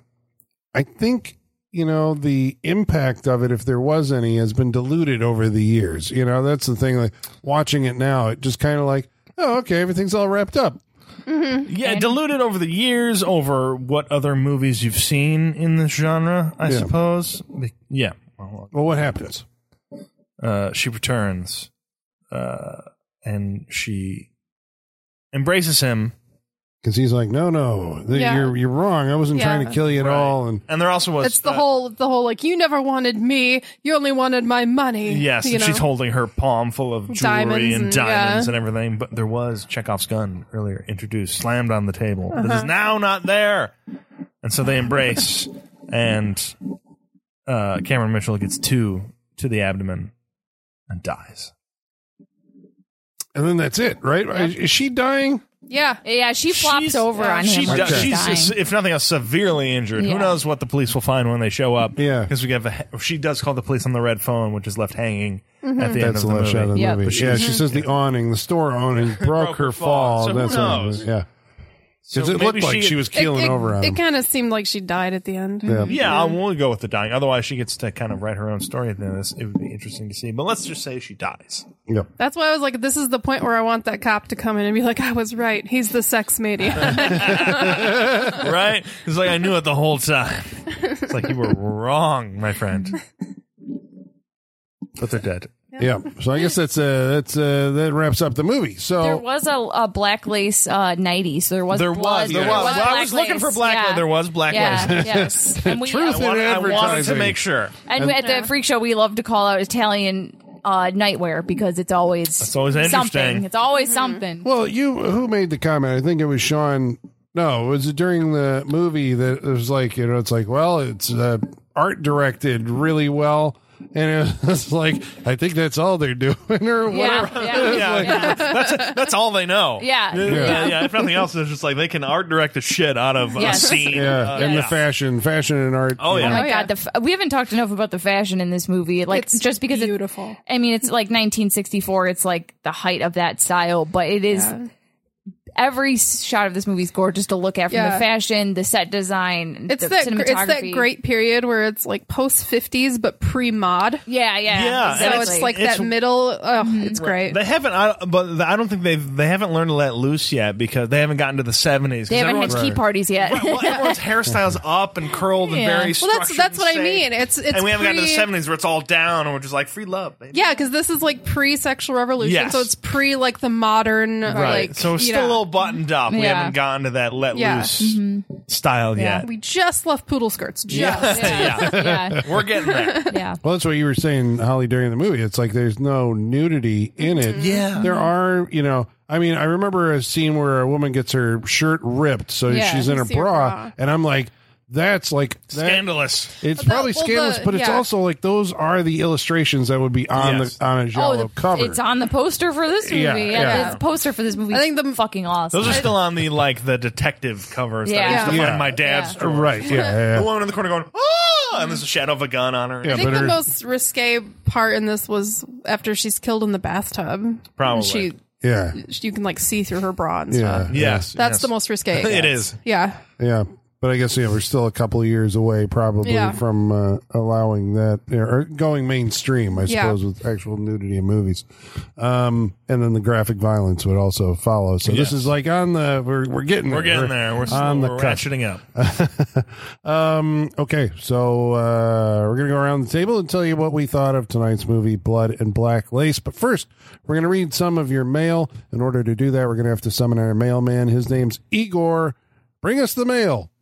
I think. You know, the impact of it, if there was any, has been diluted over the years. You know, that's the thing. Like watching it now, it just kind of like, oh, okay, everything's all wrapped up.
Yeah, diluted over the years, over what other movies you've seen in this genre, I
Yeah.
suppose. Be- Yeah. Well,
Well, what happens?
Uh, she returns, uh, and she embraces him,
Because he's like, no, no, th-
Yeah.
you're you're wrong. I wasn't
Yeah.
trying to kill you at all. And
and there also was
It's the
uh,
whole, the whole like you never wanted me, you only wanted my money.
Yes,
you
and she's holding her palm full of jewelry
Diamonds
and,
and-
diamonds
yeah.
and everything. But there was Chekhov's gun earlier introduced, slammed on the table. This
Uh-huh.
is now not there. And so they embrace, and uh, Cameron Mitchell gets two to the abdomen and dies.
and then that's it, right? Is, is she dying?
yeah,
Yeah, she flops
She's- uh,
over on him.
She
when
di-
Okay.
She's,
dying.
if nothing else, severely injured.
Yeah.
Who knows what the police will find when they show up?
Yeah.
because we have the he- she does call the police on the red phone, which is left hanging
Mm-hmm.
at the end
That's
of
the
the
last
movie.
shot of the
Yeah.
movie.
But
she-
yeah, she says the awning, the store awning broke, her fall.
So who
that's what it
knows?
was. yeah.
So
Because it looked
maybe
like she, was
It-
keeling
it,
over on him.
It kind of seemed like she died at the end.
yeah.
Yeah, I will go with the dying. Otherwise, she gets to kind of write her own story at the end of this. It would be interesting to see. But let's just say she dies.
Yep.
That's why I was like, this is the point where I want that cop to come in and be like, I was right. He's the sex maniac.
Right? It's like, I knew it the whole time. It's like, you were wrong, my friend. But they're dead.
Yeah. So I guess that's uh that's uh that wraps up the movie. So
There was a, a black lace uh, nighty, so there was
oh. There
blood,
was. There
yeah. There
was.
was
Well, I was
black
looking for
lace,
black.
yeah.
There was black lace.
yeah, yes. And we,
Truth.
I wanted, I wanted to
Advertising.
make sure.
And at the freak show, we love to call out Italian uh, nightwear because it's always
That's always interesting. Mm-hmm.
something. It's always something.
well, you who made the comment? I think it was Sean. No, it was during the movie that it was like you know it's like well it's uh, art directed really well. And it was like, I think that's all they're doing, or
yeah,
whatever.
yeah,
Yeah, that's that's all they know.
Yeah.
yeah,
Yeah.
yeah. If nothing else, it's just like they can art direct the shit out of
Yes.
a scene.
Yeah,
Uh,
and the fashion, fashion and art.
Oh
you
yeah,
Oh my
Oh, yeah.
god, the f- we haven't talked enough about the fashion in this movie. Like
It's
just because
beautiful.
It, I mean, it's like 1964. It's like the height of that style, but it is.
Yeah.
Every s- shot of this movie is gorgeous to look at from
Yeah.
the fashion, the set design,
it's
the
that gr-
cinematography.
it's that great period where it's like post fifties but pre mod.
Yeah, yeah.
Yeah,
So
and
exactly.
it's like
it's-
that middle. Oh, it's great.
They haven't, I, but I don't think they've they haven't learned to let loose yet because they haven't gotten to the seventies.
they haven't had tea parties yet.
well, everyone's hairstyles up and curled and
Yeah.
very.
Well,
Well, that's
structured
that's what
and
I
safe.
mean. It's it's
and we haven't gotten to the
pre-
seventies where it's all down and we're just like free love. Baby.
Yeah, because this is like pre sexual revolution,
Yes.
so it's pre like the modern
right.
like
so we're
you
still a
know.
little buttoned up. We
Yeah.
haven't gotten to that let
Yeah. Mm-hmm.
loose style yet.
we just left poodle skirts. Just
yeah. yeah.
yeah,
we're getting there.
yeah.
Well, that's what you were saying, Holly, during the movie. It's like there's no nudity in it.
Mm-hmm. Yeah.
There are, you know, I mean, I remember a scene where a woman gets her shirt ripped, so
Yeah,
she's in
you
a
see her
bra,
bra.
and I'm like, that's like that-
Scandalous.
It's
But that-
probably
well,
scandalous,
the-
but it's
yeah.
also like those are the illustrations that would be on
Yes.
the on a
Oh,
Jello
the,
cover.
it's on the poster for this movie.
Yeah,
Yeah,
yeah.
the poster for this movie.
I think the-
is fucking awesome.
Those are still on the like the detective covers that I
Yeah.
used to
Yeah.
find in my dad's.
Yeah.
drawer.
Uh, right? Yeah, yeah,
The
yeah.
woman in the corner going, oh, and there's a shadow of a gun on her.
Yeah,
I think
but
the
her-
most risque part in this was after she's killed in the bathtub.
Probably.
she,
yeah,
she you can like see through her bra and
yeah,
stuff.
Yes,
That's
yes.
the most risque.
It is.
Yeah.
Yeah, but I guess yeah, we're still a couple of years away, probably
Yeah.
from uh, allowing that or going mainstream, I
Yeah.
suppose, with actual nudity in movies. Um, and then the graphic violence would also follow. So this
Yes.
is like on the we're we're getting
We're getting there. We're,
on
on
the
we're
cusp.
ratcheting up.
Um, okay, so uh, we're gonna go around the table and tell you what we thought of tonight's movie, Blood and Black Lace. But first, we're gonna read some of your mail. In order to do that, we're gonna have to summon our mailman. His name's Igor. Bring us the mail.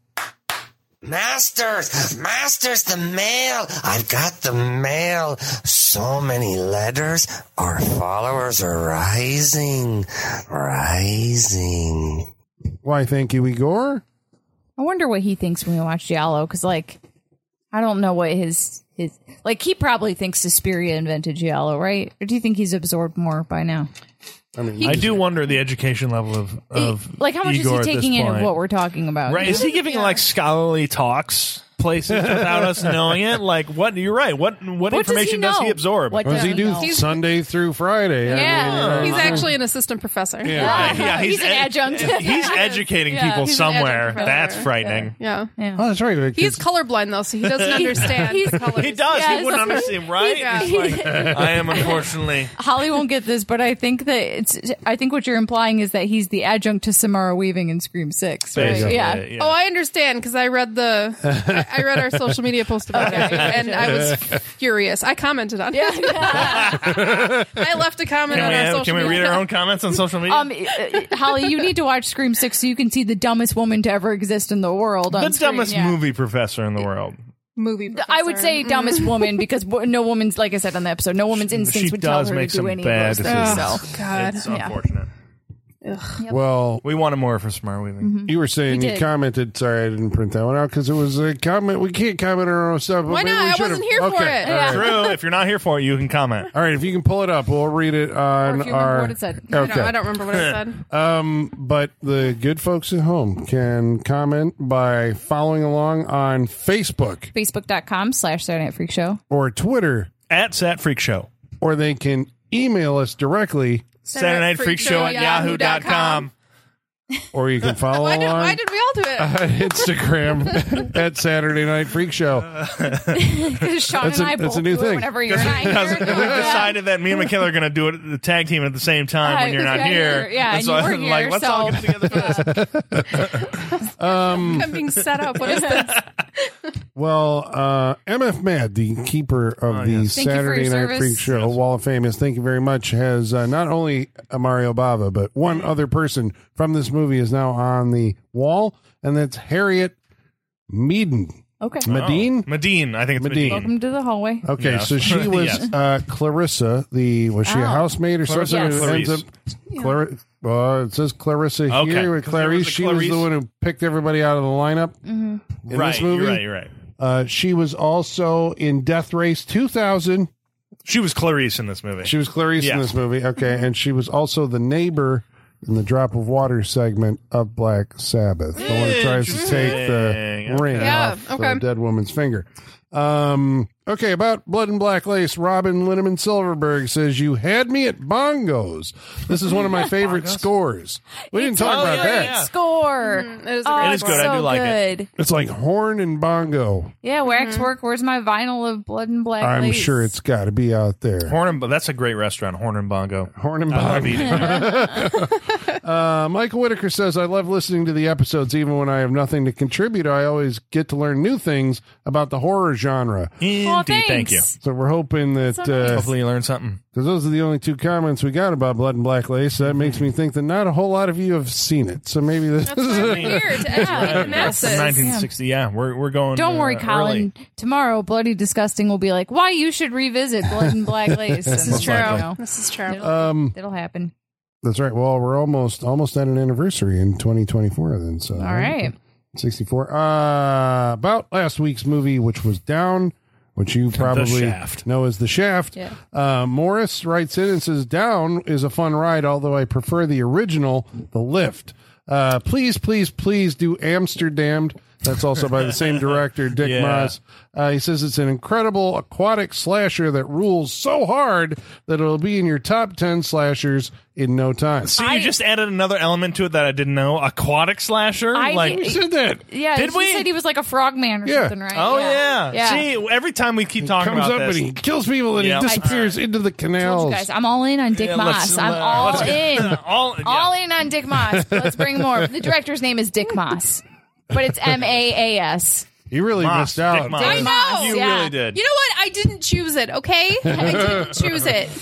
Masters, masters, the mail. I've got the mail. So many letters. Our followers are rising, rising.
Why, thank you, Igor.
I wonder what he thinks when we watch Giallo because, like, I don't know what his his like. He probably thinks Suspiria invented Giallo, right? Or do you think he's absorbed more by now?
I do wonder the education level of, of
E, like, how much
Igor
is
at
he
this
taking in of
point.
what we're talking about?
Right? Is he giving like scholarly talks places without us knowing it? Like what? You're right. What what,
What does he
information does he
know?
absorb?
What
What does
Yeah,
he do
no.
He's-
Sunday through Friday? I
Yeah.
mean,
He's
uh,
actually an assistant professor.
Yeah.
yeah,
He's an
ed-
adjunct.
He's educating
Yeah,
people
an adjunct
somewhere.
professor.
That's frightening.
Yeah.
Oh, that's right.
He's colorblind though, so he doesn't understand.
he's-
the colors.
He does.
Yes.
He wouldn't understand, right?
Yeah.
He's like, I am unfortunately.
Holly won't get this, but I think that it's. I think what you're implying is that he's the adjunct to Samara Weaving in Scream Six. Right?
Basically,
Yeah.
Oh, I understand because I read the I I read our social media post about it, and I was furious. I commented on it. I left a comment
Can
on
we,
our
have-
social
can we
media.
read our own comments on social media?
Um, uh, Holly, you need to watch Scream Six so you can see the dumbest woman to ever exist in the world.
the
on screen,
dumbest
yeah.
movie professor in the world.
movie. Professor.
I would say dumbest
Mm.
woman because wo- no woman's like I said on the episode, no woman's instincts
she
would tell
does
her
make
to do
some
any
bad
of those things.
decisions.
So.
Oh, God.
It's unfortunate.
well,
We wanted more for Smart
Mm-hmm.
Weaving.
you were saying
He
you
did.
commented. Sorry, I didn't print that one out because it was a comment. We can't comment on our own stuff. but
Why
maybe
not?
we
I
should've.
wasn't here for
Okay.
it.
All right.
True. If you're not here for it, you can comment.
All right, if you can pull it up, we'll read it on
Or if you remember
our.
what it said. I
I
Okay.
don't, I don't remember what I said.
Um, but the good folks at home can comment by following along on Facebook
Facebook.com slash Saturday Night Freak Show.
or Twitter,
At Sat Freak Show.
or they can email us directly,
Saturday Night Freak Show at
Yahoo dot
yahoo.com.
com.
or you can follow
Why did,
along
why did we all do it?
on Instagram at Saturday Night Freak Show.
Sean
That's
and
a-
I
that's
both
a new
do it
thing.
whenever you're not here.
Because we've decided that me and Michaela are going to do it the tag team at the same time
Right,
when you're not
right
here.
here. Yeah,
And
and
so
you were
I'm like,
here,
let's
so-
all get together for this.
I'm being set up. What is this?
Well, uh, MF Mad, the keeper of the
yes.
Oh, Thank you for your
Saturday Night
service.
Freak Show Wall of Fame, is thank you very much, has uh, not only Mario Bava, but one other person from this movie is now on the wall, and that's Harriet Meaden.
Okay.
Medine?
Medine. I think it's
Medine.
Medine.
Welcome to the hallway.
Okay,
Yeah.
so she was
Oh. Yes.
uh, Clarissa. The was she a
Oh.
housemaid or
Clarissa
something?
or
It ends
Clarice?
up- Clari- uh, it says Clarissa
Okay,
here.
'cause
With
there
Clarice,
was a
she was the
Clarice.
one who picked everybody out of the lineup in
right,
this movie.
You're right, you're right.
Uh, she was also in Death Race 2000.
She was Clarice in this movie.
She was Clarice in
Yeah.
this movie. Okay, and she was also the neighbor in the Drop of Water segment of Black Sabbath. The one who tries to take the
Hmm, Interesting.
ring
Yeah,
off the
okay.
dead woman's finger. Um, okay, about Blood and Black Lace, Robin Linneman Silverberg says, You had me at bongos. This is one of my favorite scores. We didn't talk
Oh,
about
yeah,
that.
yeah.
Score.
It Mm, is a
Oh,
great
It is
it's
good. I
So
do like it.
good.
It's like horn and bongo.
Yeah,
Mm-hmm.
wax work. Where's my vinyl of blood and black?
I'm
Lace?
sure it's got to be out there.
Horn and, that's a great restaurant, Horn and Bongo.
Horn and
I love
bongo.
eating there.
Uh, Michael Whitaker says, I love listening to the episodes even when I have nothing to contribute. I always get to learn new things about the horror genre.
Well,
Indeed, thank
thanks.
you.
So we're hoping that,
So nice.
because
Hopefully you learned something.
those are the only two comments we got about Blood and Black Lace, that makes me think that not a whole lot of you have seen it. So maybe this is
We're here to educate
From
masses.
1960, yeah. We're, we're going
Don't
uh,
worry, Colin.
early.
Tomorrow, Bloody Disgusting will be like, why you should revisit Blood and Black Lace. this
is true.
This is true.
Um,
It'll happen.
that's right. Well, we're almost almost at an anniversary in 2024 then. So
All right.
64. Uh, about last week's movie, which was Down, which you probably
Shaft.
know as The Shaft.
Yeah.
Uh, Morris writes in and says, Down is a fun ride, although I prefer the original, The Lift. Uh, please, please, please do Amsterdam. That's also by the same director, Dick
Yeah.
Moss. Uh, he says it's an incredible aquatic slasher that rules so hard that it'll be in your top 10 slashers in no time.
So you just added another element to it that I didn't know. Aquatic slasher?
I
like,
didn't-
Isn't that?
Yeah,
Did
she
we?
said he was like a frogman or
Yeah.
something, right?
Oh yeah.
Yeah.
See, every time we keep talking
comes
about
up
this,
and he kills people and
Yeah.
he disappears into the
Told you
canals.
guys, I'm all in on Dick
Yeah, let's-
Moss. I'm
uh,
all
let's-
in.
all, yeah.
All in on Dick Moss. But let's bring more. The director's name is Dick Moss, but it's M A A S.
You really
Moss,
missed out.
Dick Moss.
I know.
You
Yeah.
really did.
You know what? I didn't choose it, okay? I didn't choose it.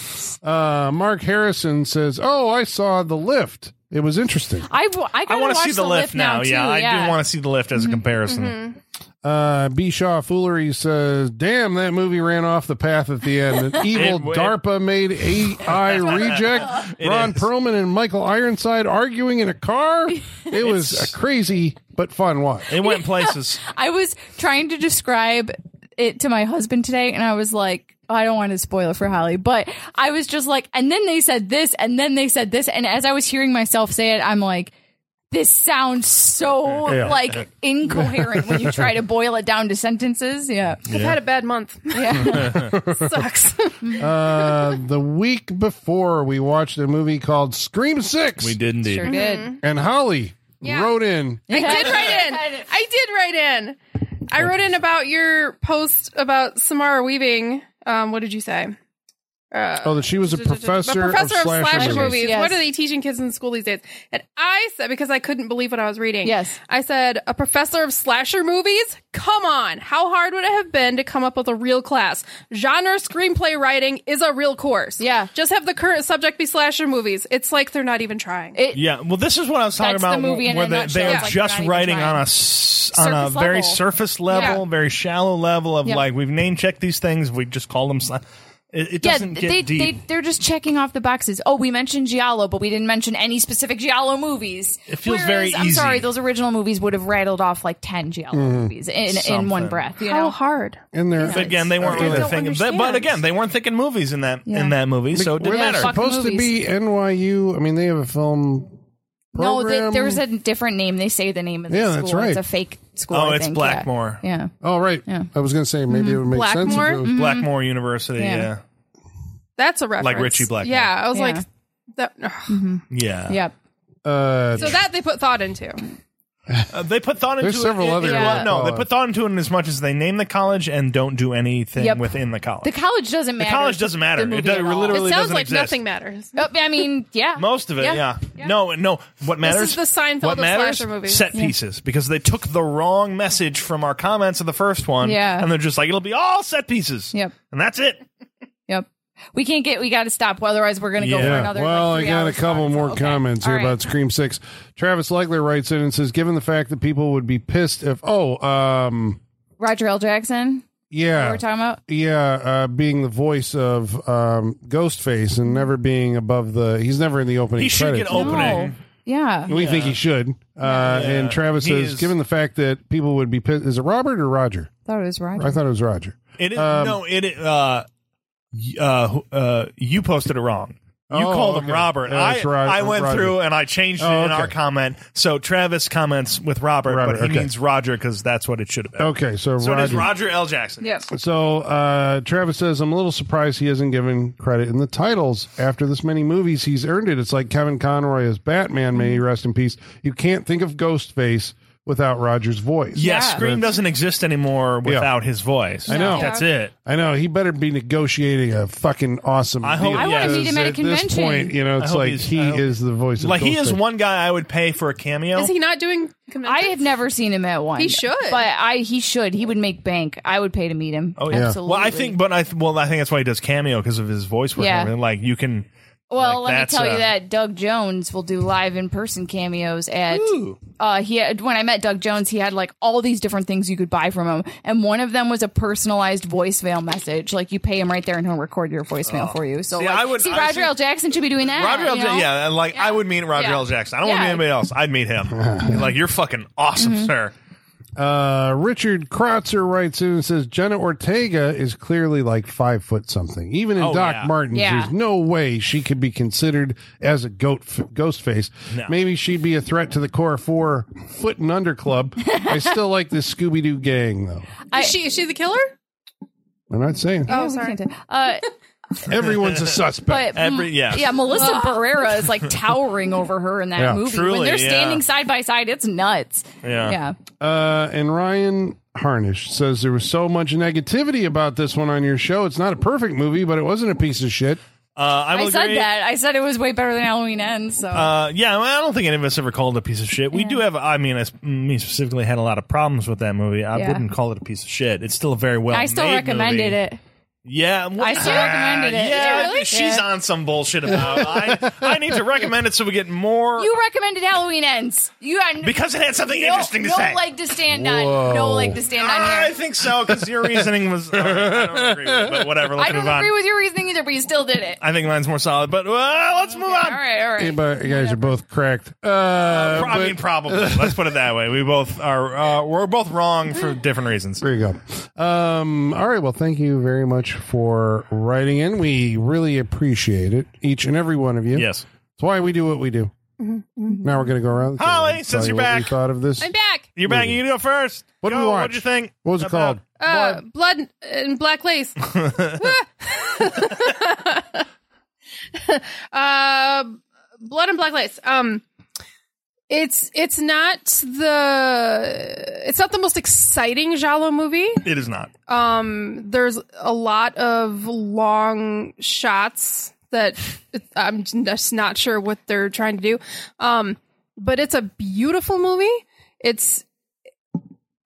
Uh, Mark Harrison says, "Oh, I saw the lift. It was interesting."
I, w- I,
I
want to
see the, lift now.
too,
yeah, I
yeah. Mm-hmm.
do want to see the lift as a comparison.
Uh, B. Shaw Foolery says, "Damn, that movie ran off the path at the end. An evil
It went-
DARPA made AI reject.
It
Ron
is.
Perlman and Michael Ironside arguing in a car. It was a crazy but fun watch.
Mm-hmm.
It went places.
I was trying to describe it to my husband today, and I was like, I don't want to spoil it for Holly, but I was just like, and then they said this, and then they said this, and as I was hearing myself say it, I'm like, this sounds so
Yeah.
like incoherent when you try to boil it down to sentences. Yeah,
I've had a bad month.
yeah.
Sucks.
Uh, the week before, we watched a movie called Scream Six,
We did indeed.
sure did.
and Holly
Yeah.
wrote in."
I did write in. I did write in. I wrote in about your post about Samara Weaving. Um, what did you say? Uh,
Oh, that she was a professor,
professor
of slasher, movies.
movies.
Yes.
What are they teaching kids in school these days? And I said because I couldn't believe what I was reading.
Yes.
I said a professor of slasher movies. Come on, how hard would it have been to come up with a real class? Genre screenplay writing is a real course.
Yeah.
just have the current subject be slasher movies. It's like they're not even trying.
It,
Yeah, well, this is what I was talking
That's
about.
the movie in
where
a
they,
nutshell.
they are
It's like
just
not even
writing
trying.
on a s- on a
Surface
very
level.
surface level,
Yeah.
very shallow level of
Yeah.
like we've name checked these things. We just call them. Sla- it, it doesn't get
they,
deep.
They, they're just checking off the boxes. Oh, we mentioned Giallo, but we didn't mention any specific Giallo movies.
It feels
Whereas,
very
I'm
easy.
sorry, those original movies would have rattled off like 10 Giallo movies in, in
Something.
one breath. You know?
hard?
And they're
But again, they weren't
I
really
don't
thinking. But,
understand.
but again, they weren't thinking movies in that
Yeah.
in that movie, so it
were
didn't
they
matter.
fuck-
supposed to be NYU? I mean, they have a film.
No,
Program.
the, there's a different name. They say the name of the
Yeah,
school.
that's right.
It's a fake school.
Oh,
I
it's
think.
Blackmore.
Yeah. yeah.
Oh, right. I was going to say maybe it would make sense.
Blackmore?
If it was,
Blackmore University. Yeah,
Yeah.
That's a reference.
Ritchie Blackmore.
Yeah, I was
Yeah. Mhm.
like that.
yeah.
Yep.
uh,
So that they put thought into.
Uh, they put thought into
There's several
it,
other
It,
ones.
No, they
Uh,
put thought into it in as much as they name the college and don't do anything
Yep.
within the college.
The college doesn't
The
matter.
college
to
doesn't
the
matter. It
movie
does-
at
it
all.
literally
it sounds
doesn't
like
exist.
nothing matters.
Oh, I mean, yeah.
Most of it,
Yeah.
yeah. No, no. What matters?
is the Seinfeld
what
of
matters?
slasher movies.
Set pieces, because they took the wrong message from our comments of the first one.
Yeah.
and they're just like, it'll be all set pieces.
Yep.
and that's it.
Yep. We can't get. We got to stop. Otherwise, we're going to go for
Yeah.
another.
well,
like,
I
three
got a
hours
couple
long, so,
more
okay.
comments here
All right.
about Scream Six. Travis Legler writes in and says, given the fact that people would be pissed if oh um
Roger L. Jackson.
yeah
We're talking about.
yeah uh, being the voice of um Ghostface and never being above the he's never in the opening.
He should
credits.
get opening.
No. Yeah.
We think he should. Uh, And Travis
He
says,
is-
given the fact that people would be pissed, is it Robert or Roger?
thought it was Roger.
I thought it was Roger.
It is
Um,
no. It is, uh, y- uh, who- uh, you posted it wrong. You
Oh,
called him
okay.
Robert.
Yeah,
I
it's Ro-
I went
Roger.
through and I changed it
Oh,
in
okay.
our comment. So Travis comments with Robert,
Robert,
but he
okay.
means Roger because that's what it should have been.
Okay, so,
So it is
Roger.
Roger L. Jackson.
Yep.
So uh, Travis says, I'm a little surprised he hasn't given credit in the titles. After this many movies, he's earned it. It's like Kevin Conroy as Batman, may he rest in peace. You can't think of Ghostface without Roger's voice.
Yeah,
Yeah.
Scream doesn't exist anymore without his voice. I
know.
That's it.
I know. He better be negotiating a fucking awesome
I hope-
deal,
I wanna
because
meet
him at a
This
convention.
point, you know,
I
it's
hope
like
he's-
he
I hope-
is the voice of
Like he is
Ghostface.
one guy I would pay for a cameo.
Is he not doing?
I
conventions?
have never seen him at one.
He should.
but I he should. He would make bank. I would pay to meet him.
Oh, yeah.
absolutely.
Well, I think, but I th- well, I think that's why he does cameo because of his voice work.
Yeah.
And everything. like you can.
Well, let
like,
me
that's
tell
a-
you that Doug Jones will do live in person cameos at. Uh, he had, when I met Doug Jones, he had like all these different things you could buy from him, and one of them was a personalized voicemail message. Like you pay him right there, and he'll record your voicemail for you. So
Oh. See,
like,
I would-
see,
I
Roger
see-
L. Jackson should be doing that.
Roger L.
you
Jackson,
know?
yeah, and, like I would meet Roger
Yeah.
L. Jackson. I don't want to meet
Yeah. Mm-hmm.
anybody else. I'd meet him. like you're fucking awesome, sir.
Uh, Richard Krotzer writes in and says Jenna Ortega is clearly like five foot something. Even in
Oh,
Doc
yeah.
Martens,
Yeah.
there's no way she could be considered as a goat f- ghost face. Maybe she'd be a threat to the core four foot and under club. I still like this Scooby Doo gang though.
I-
Is she is she the killer?
I'm not saying
Oh,
We
sorry.
can't- Uh,
everyone's a suspect.
but
Every-
mm,
yeah.
Melissa Barrera is like towering over her in that
Yeah.
movie.
Truly,
when they're
yeah.
standing side by side, it's nuts.
Yeah.
yeah.
Uh, and Ryan Harnish says there was so much negativity about this one on your show. It's not a perfect movie, but it wasn't a piece of shit.
Uh, I, will
I said
agree.
that. I said it was way better than Halloween Ends. So
Uh, yeah, well, I don't think any of us ever called it a piece of shit. We do have, I mean, I, s- me specifically had a lot of problems with that movie. I
Yeah.
wouldn't call it a piece of shit. It's still a very well.
I still recommended it.
Yeah, well,
I still recommended it.
Yeah,
Did you really?
she's
Yeah.
on some bullshit about. it. I I need to recommend it so we get more
You recommended Halloween Ends. You had
because it had something
no,
interesting to
no
say.
leg to stand
Whoa.
on. No leg to stand on
I
here.
think so because your reasoning was. all right, I don't agree with it, but whatever. Let's
I don't
move on.
agree with your reasoning either, but you still did it.
I think mine's more solid, but well, let's move on.
All right, all
Hey,
right.
but you guys are both cracked. Uh,
Pro- I mean,
but-
probably. Let's put it that way. We both are. Uh, we're both wrong for different reasons.
There you go. Um, all right. Well, thank you very much for writing in. We really appreciate it, each and every one of you.
Yes.
It's why we do what we do. Now we're going to go around. the table
Holly,
and
since
tell you
you're
what we
back.
thought of this.
I'm back.
You're back. You go first.
What
go,
do we watch?
What'd you think?
What was it
about-
called?
Uh, blood and black lace. uh, blood and black lace. Um, it's it's not the it's not the most exciting Jalo movie.
It is not.
Um, there's a lot of long shots that I'm just not sure what they're trying to do. Um, but it's a beautiful movie. It's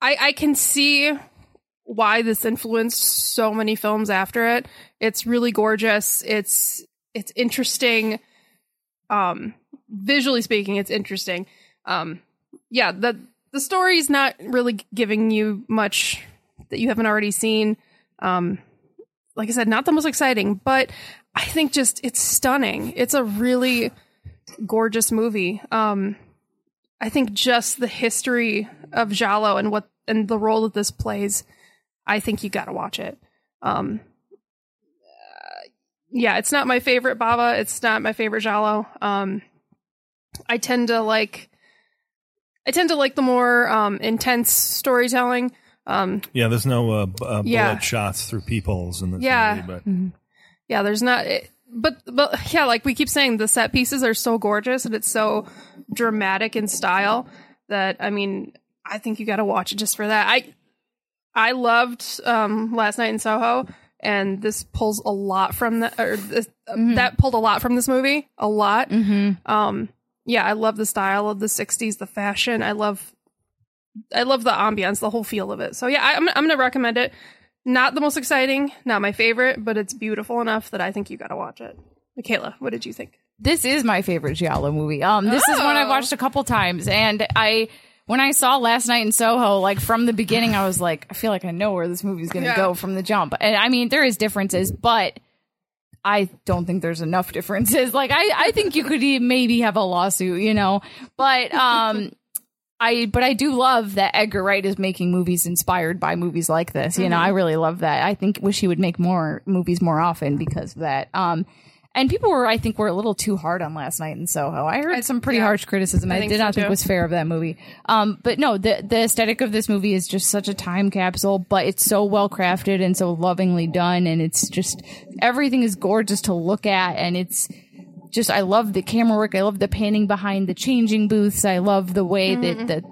I I can see why this influenced so many films after it. It's really gorgeous. It's it's interesting. Um, visually speaking, it's interesting. Um, yeah, the the story's not really giving you much that you haven't already seen. Um, like I said, not the most exciting, but I think just it's stunning. It's a really gorgeous movie. Um, I think just the history of Jalo and what and the role that this plays, I think you got to watch it. Um, uh, yeah, it's not my favorite Baba. It's not my favorite Jalo. Um, I tend to like. I tend to like the more um, intense storytelling. Um,
Yeah, there's no uh, b- uh,
Yeah.
bullet shots through peepholes in this
Yeah.
movie, but
yeah there's not it, but but yeah like we keep saying the set pieces are so gorgeous and it's so dramatic in style that i mean i think you got to watch it just for that i i loved um last night in soho and this pulls a lot from that or this, that pulled a lot from this movie a lot
Mm-hmm.
um yeah i love the style of the 60s the fashion i love i love the ambiance the whole feel of it so yeah I, I'm, I'm gonna recommend it not the most exciting not my favorite but it's beautiful enough that i think you gotta watch it michaela what did you think
this is my favorite Giallo movie. Um, this is one I've
Oh.
watched a couple times, and I when I saw last night in Soho, like from the beginning, I was like, I feel like I know where this movie's going to
Yeah.
go from the jump. And I mean, there is differences, but I don't think there's enough differences. Like, I I think you could e- maybe have a lawsuit, you know, but um. I but I do love that Edgar Wright is making movies inspired by movies like this. You know,
Mm-hmm.
I really love that. I think wish he would make more movies more often because of that. Um and people were I think were a little too hard on last night in Soho. I heard some pretty
yeah.
harsh criticism. I,
think
did
so,
not think
too.
was fair of that movie. Um but no, the the aesthetic of this movie is just such a time capsule, but it's so well crafted and so lovingly done and it's just everything is gorgeous to look at and it's just I love the camera work. I love the panning behind the changing booths. I love the way that the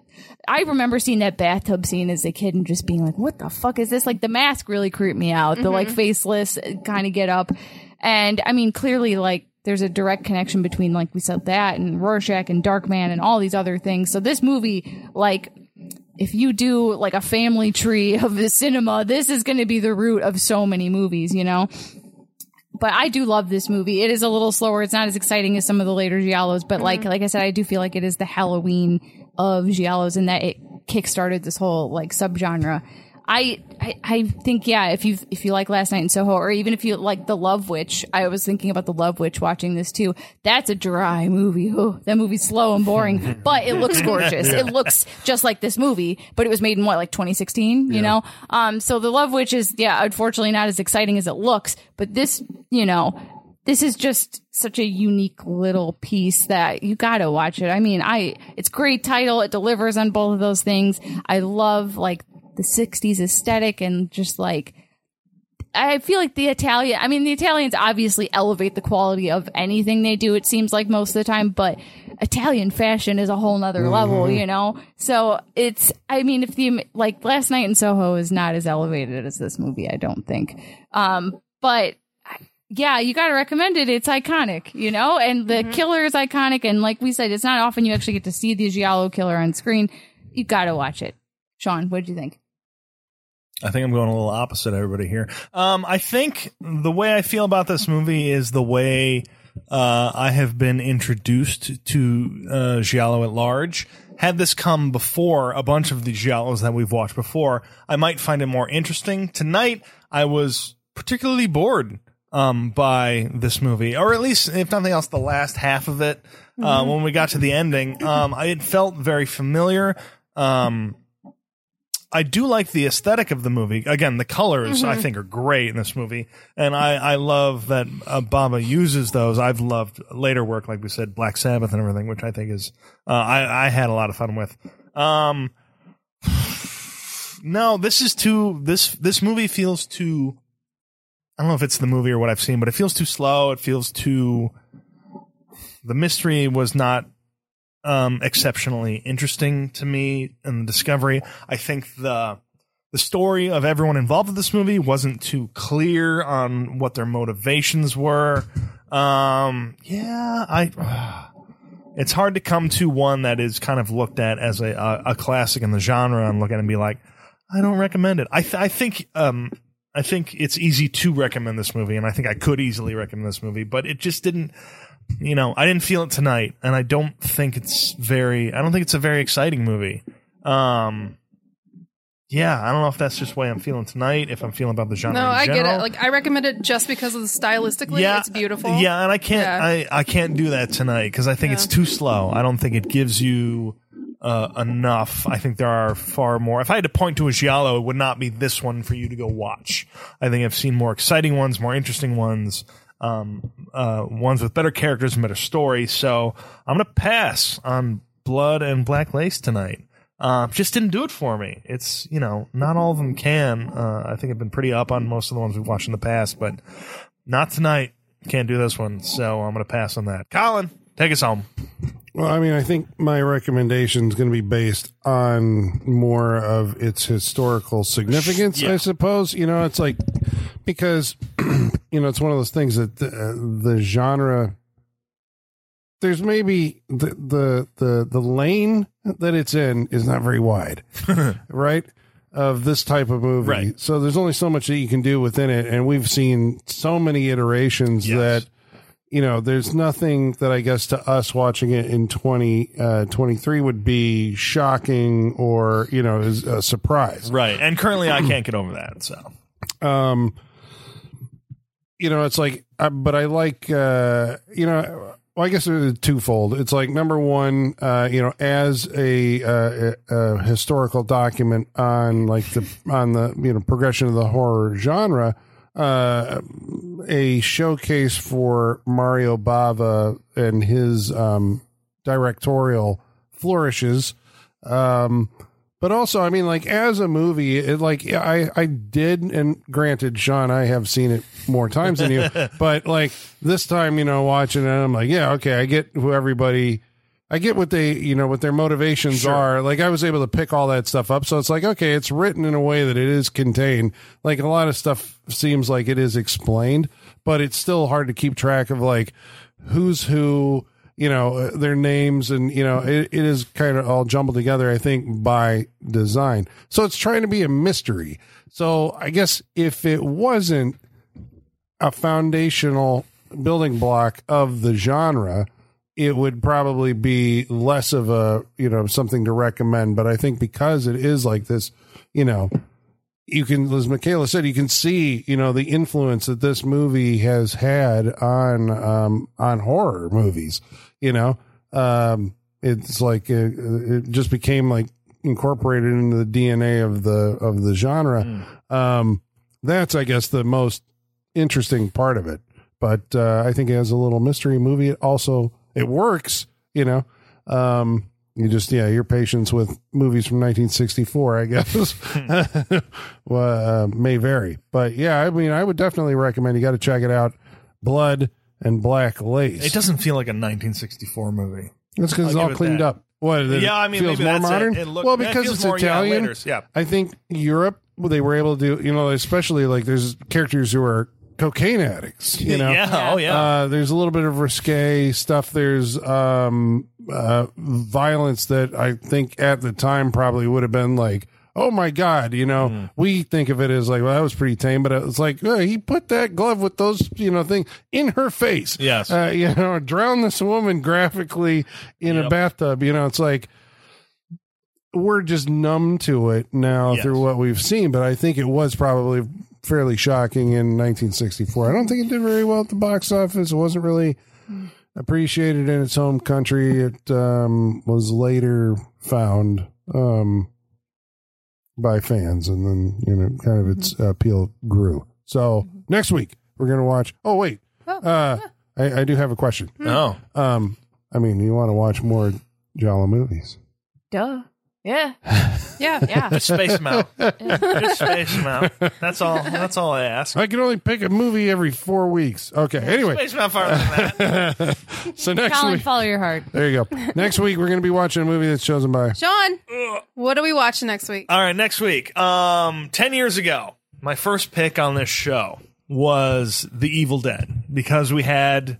I remember seeing that bathtub scene as a kid and just being like, "What the fuck is this?" Like the mask really creeped me out. The like faceless kind of get up, and I mean clearly like there's a direct connection between like we said that and Rorschach and Darkman and all these other things. So this movie like if you do like a family tree of the cinema, this is going to be the root of so many movies, you know? But I do love this movie. It is a little slower. It's not as exciting as some of the later Giallos, but like, like I said, I do feel like it is the Halloween of Giallos and that it kickstarted this whole like subgenre. I, I, I think, yeah, if you, if you like Last Night in Soho or even if you like The Love Witch, I was thinking about The Love Witch watching this too. That's a dry movie. Oh, that movie's slow and boring, but it looks gorgeous. It looks just like this movie, but it was made in what, like 2016, you know? Um, so The Love Witch is, yeah, unfortunately not as exciting as it looks, but this, you know, this is just such a unique little piece that you gotta watch it. I mean, I, it's great title. It delivers on both of those things. I love like the 60s aesthetic and just like, I feel like the Italian, I mean, the Italians obviously elevate the quality of anything they do, it seems like most of the time, but Italian fashion is a whole nother level, you know? So it's, I mean, if the, like, last night in Soho is not as elevated as this movie, I don't think. Um, but yeah, you got to recommend it. It's iconic, you know, and the killer is iconic. And like we said, it's not often you actually get to see the Giallo killer on screen. You got to watch it. Sean, what did you think?
I think I'm going a little opposite everybody here. Um, I think the way I feel about this movie is the way uh, I have been introduced to uh, Giallo at large. Had this come before a bunch of the Giallos that we've watched before, I might find it more interesting. Tonight, I was particularly bored um, by this movie, or at least, if nothing else, the last half of it. Uh, when we got to the ending, um, I- it felt very familiar. Um, I do like the aesthetic of the movie. Again, the colors I think are great in this movie, and I, I love that uh, Baba uses those. I've loved later work, like we said, Black Sabbath and everything, which I think is uh, I, I had a lot of fun with. Um, no, this is too this this movie feels too. I don't know if it's the movie or what I've seen, but it feels too slow. It feels too. The mystery was not um, exceptionally interesting to me in the discovery. I think the the story of everyone involved with this movie wasn't too clear on what their motivations were. Um, yeah, I. It's hard to come to one that is kind of looked at as a a, a classic in the genre and look at it and be like, I don't recommend it. I th- I think um I think it's easy to recommend this movie, and I think I could easily recommend this movie, but it just didn't you know, I didn't feel it tonight, and I don't think it's very. I don't think it's a very exciting movie. Um, yeah, I don't know if that's just the way I'm feeling tonight. If I'm feeling about the genre,
No,
in
I get it.
general.
Like I recommend it just because of the stylistically, it's beautiful.
Yeah, and I can't.
Yeah.
I I can't do that tonight because I think it's too slow. I don't think it gives you. Uh, enough. I think there are far more. If I had to point to a giallo, it would not be this one for you to go watch. I think I've seen more exciting ones, more interesting ones, um, uh, ones with better characters and better stories. So I'm gonna pass on Blood and Black Lace tonight. Uh, just didn't do it for me. It's you know not all of them can. Uh, I think I've been pretty up on most of the ones we've watched in the past, but not tonight. Can't do this one, so I'm going to pass on that. Colin, take us home.
Well, I mean, I think my recommendation is going to be based on more of its historical significance, I suppose. You know, it's like because you know it's one of those things that the, the genre there's maybe the, the the the lane that it's in is not very wide, right? Of this type of movie,
Right.
so there's only so much that you can do within it, and we've seen so many iterations
Yes.
that you know, there's nothing that I guess to us watching it in 20, uh, 23 would be shocking or, you know, is a surprise.
Right, and currently I can't get over that. So
Um, you know, it's like, uh, but I like, uh, you know, well, I guess it's twofold. It's like number one, uh, you know, as a, uh, a, a historical document on like the on the you know progression of the horror genre, uh, a showcase for Mario Bava and his um, directorial flourishes. Um, but also, I mean, like as a movie, it like I I did, and granted, Sean, I have seen it more times than you, but like this time, you know, watching it, I'm like, yeah, okay, I get who everybody. I get what they, you know, what their motivations are. Like I was able to pick all that stuff up. So it's like, okay, it's written in a way that it is contained. Like a lot of stuff seems like it is explained, but it's still hard to keep track of like who's who, you know, uh, their names and, you know, it, it is kind of all jumbled together, I think, by design. So it's trying to be a mystery. So I guess if it wasn't a foundational building block of the genre, it would probably be less of a you know something to recommend. But I think because it is like this, you know, you can as Michaela said, you can see you know the influence that this movie has had on um, on horror movies. You know, um, it's like it, it just became like incorporated into the DNA of the of the genre. Um, that's I guess the most interesting part of it. But uh, I think as a little mystery movie, it also it works. You know, um, you just yeah, your patience with movies from 1964, I guess, well, uh, may vary. But yeah, I mean, I would definitely recommend. You got to check it out. Blood and Black Lace.
it doesn't feel like a 1964 movie.
That's because it's
I'll
all
give it
cleaned
that.
up. What? it
Yeah, I mean,
feels
maybe
more
that's it.
modern.
It look-
well,
it
because
feels
it's
more, yeah,
Italian.
laters, yeah.
I think Europe well, they were able to do. You know, especially like there's characters who are cocaine addicts. You know,
yeah, oh yeah,
uh, there's a little bit of risque stuff. There's um, uh, violence that I think at the time probably would have been like, oh my god, you know,
Hmm.
we think of it as like, well, that was pretty tame, but it was like oh, he put that glove with those, you know, thing in her face.
Yes.
uh, you know, drown this woman graphically in a
Yep.
bathtub. You know, it's like we're just numb to it now
Yes.
through what we've seen, but I think it was probably fairly shocking in 1964. I don't think it did very well at the box office. It wasn't really appreciated in its home country. It um, was later found um, by fans, and then you know, kind of its appeal grew. So next week we're gonna watch. Oh wait,
Oh,
uh, I, I do have a question.
Oh,
Um, I mean, you want to watch more Jala movies?
Duh. Yeah.
Yeah.
Yeah.
just space them out. just space them out. That's all. That's all I ask.
I can only pick a movie every four weeks. Okay. Anyway,
Space them out farther than that.
so next
Colin,
week,
follow your heart.
there you go. Next week we're gonna be watching a movie that's chosen by.
Sean, what are we watching next week?
All right, next week. Um, ten years ago, my first pick on this show was The Evil Dead because we had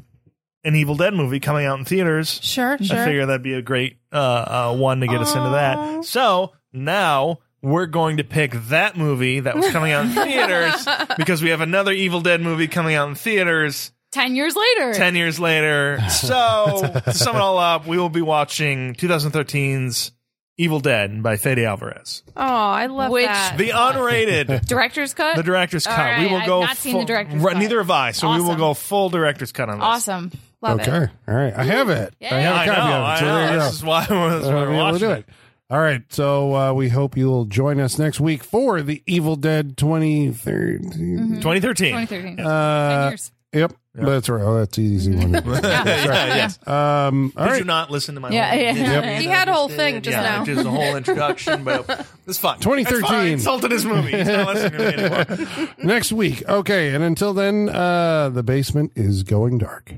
an Evil Dead movie coming out in theaters.
Sure,
I
sure.
figure that'd be a great uh, uh, one to get us into that. So now we're going to pick that movie that was coming out in theaters because we have another Evil Dead movie coming out in theaters
Ten years later.
10 years later. So to sum it all up, we will be watching 2013's Evil Dead by Fede Alvarez.
Oh, I love
Which-
that.
The unrated
Director's cut.
the director's
All
cut. we
right,
will
I've
go.
not seen the director's
Right,
cut.
Neither have I. So we will
Awesome.
go full director's cut on this.
awesome.
love
okay.
it.
All right. I have it. I have a
I know.
copy of it.
I
So there you
know.
go.
This is why we're, this is
Uh,
why we're
yeah, we'll
watching
do
it.
it. All right. So uh, we hope you'll join us next week for the Evil Dead
Mm-hmm.
2013.
2013.
2013.
Uh,
years.
Yep. That's right. Oh, that's an easy one.
yes.
um, all
Did you
right.
not listen to my?
Yeah,
whole-
yeah.
Yep.
He had a whole thing just
yeah,
now.
Just a whole introduction, but it's fine.
2013.
It's fine. I insulted his movie. He's not listening to me anymore.
next week. Okay. And until then, uh, the basement is going dark.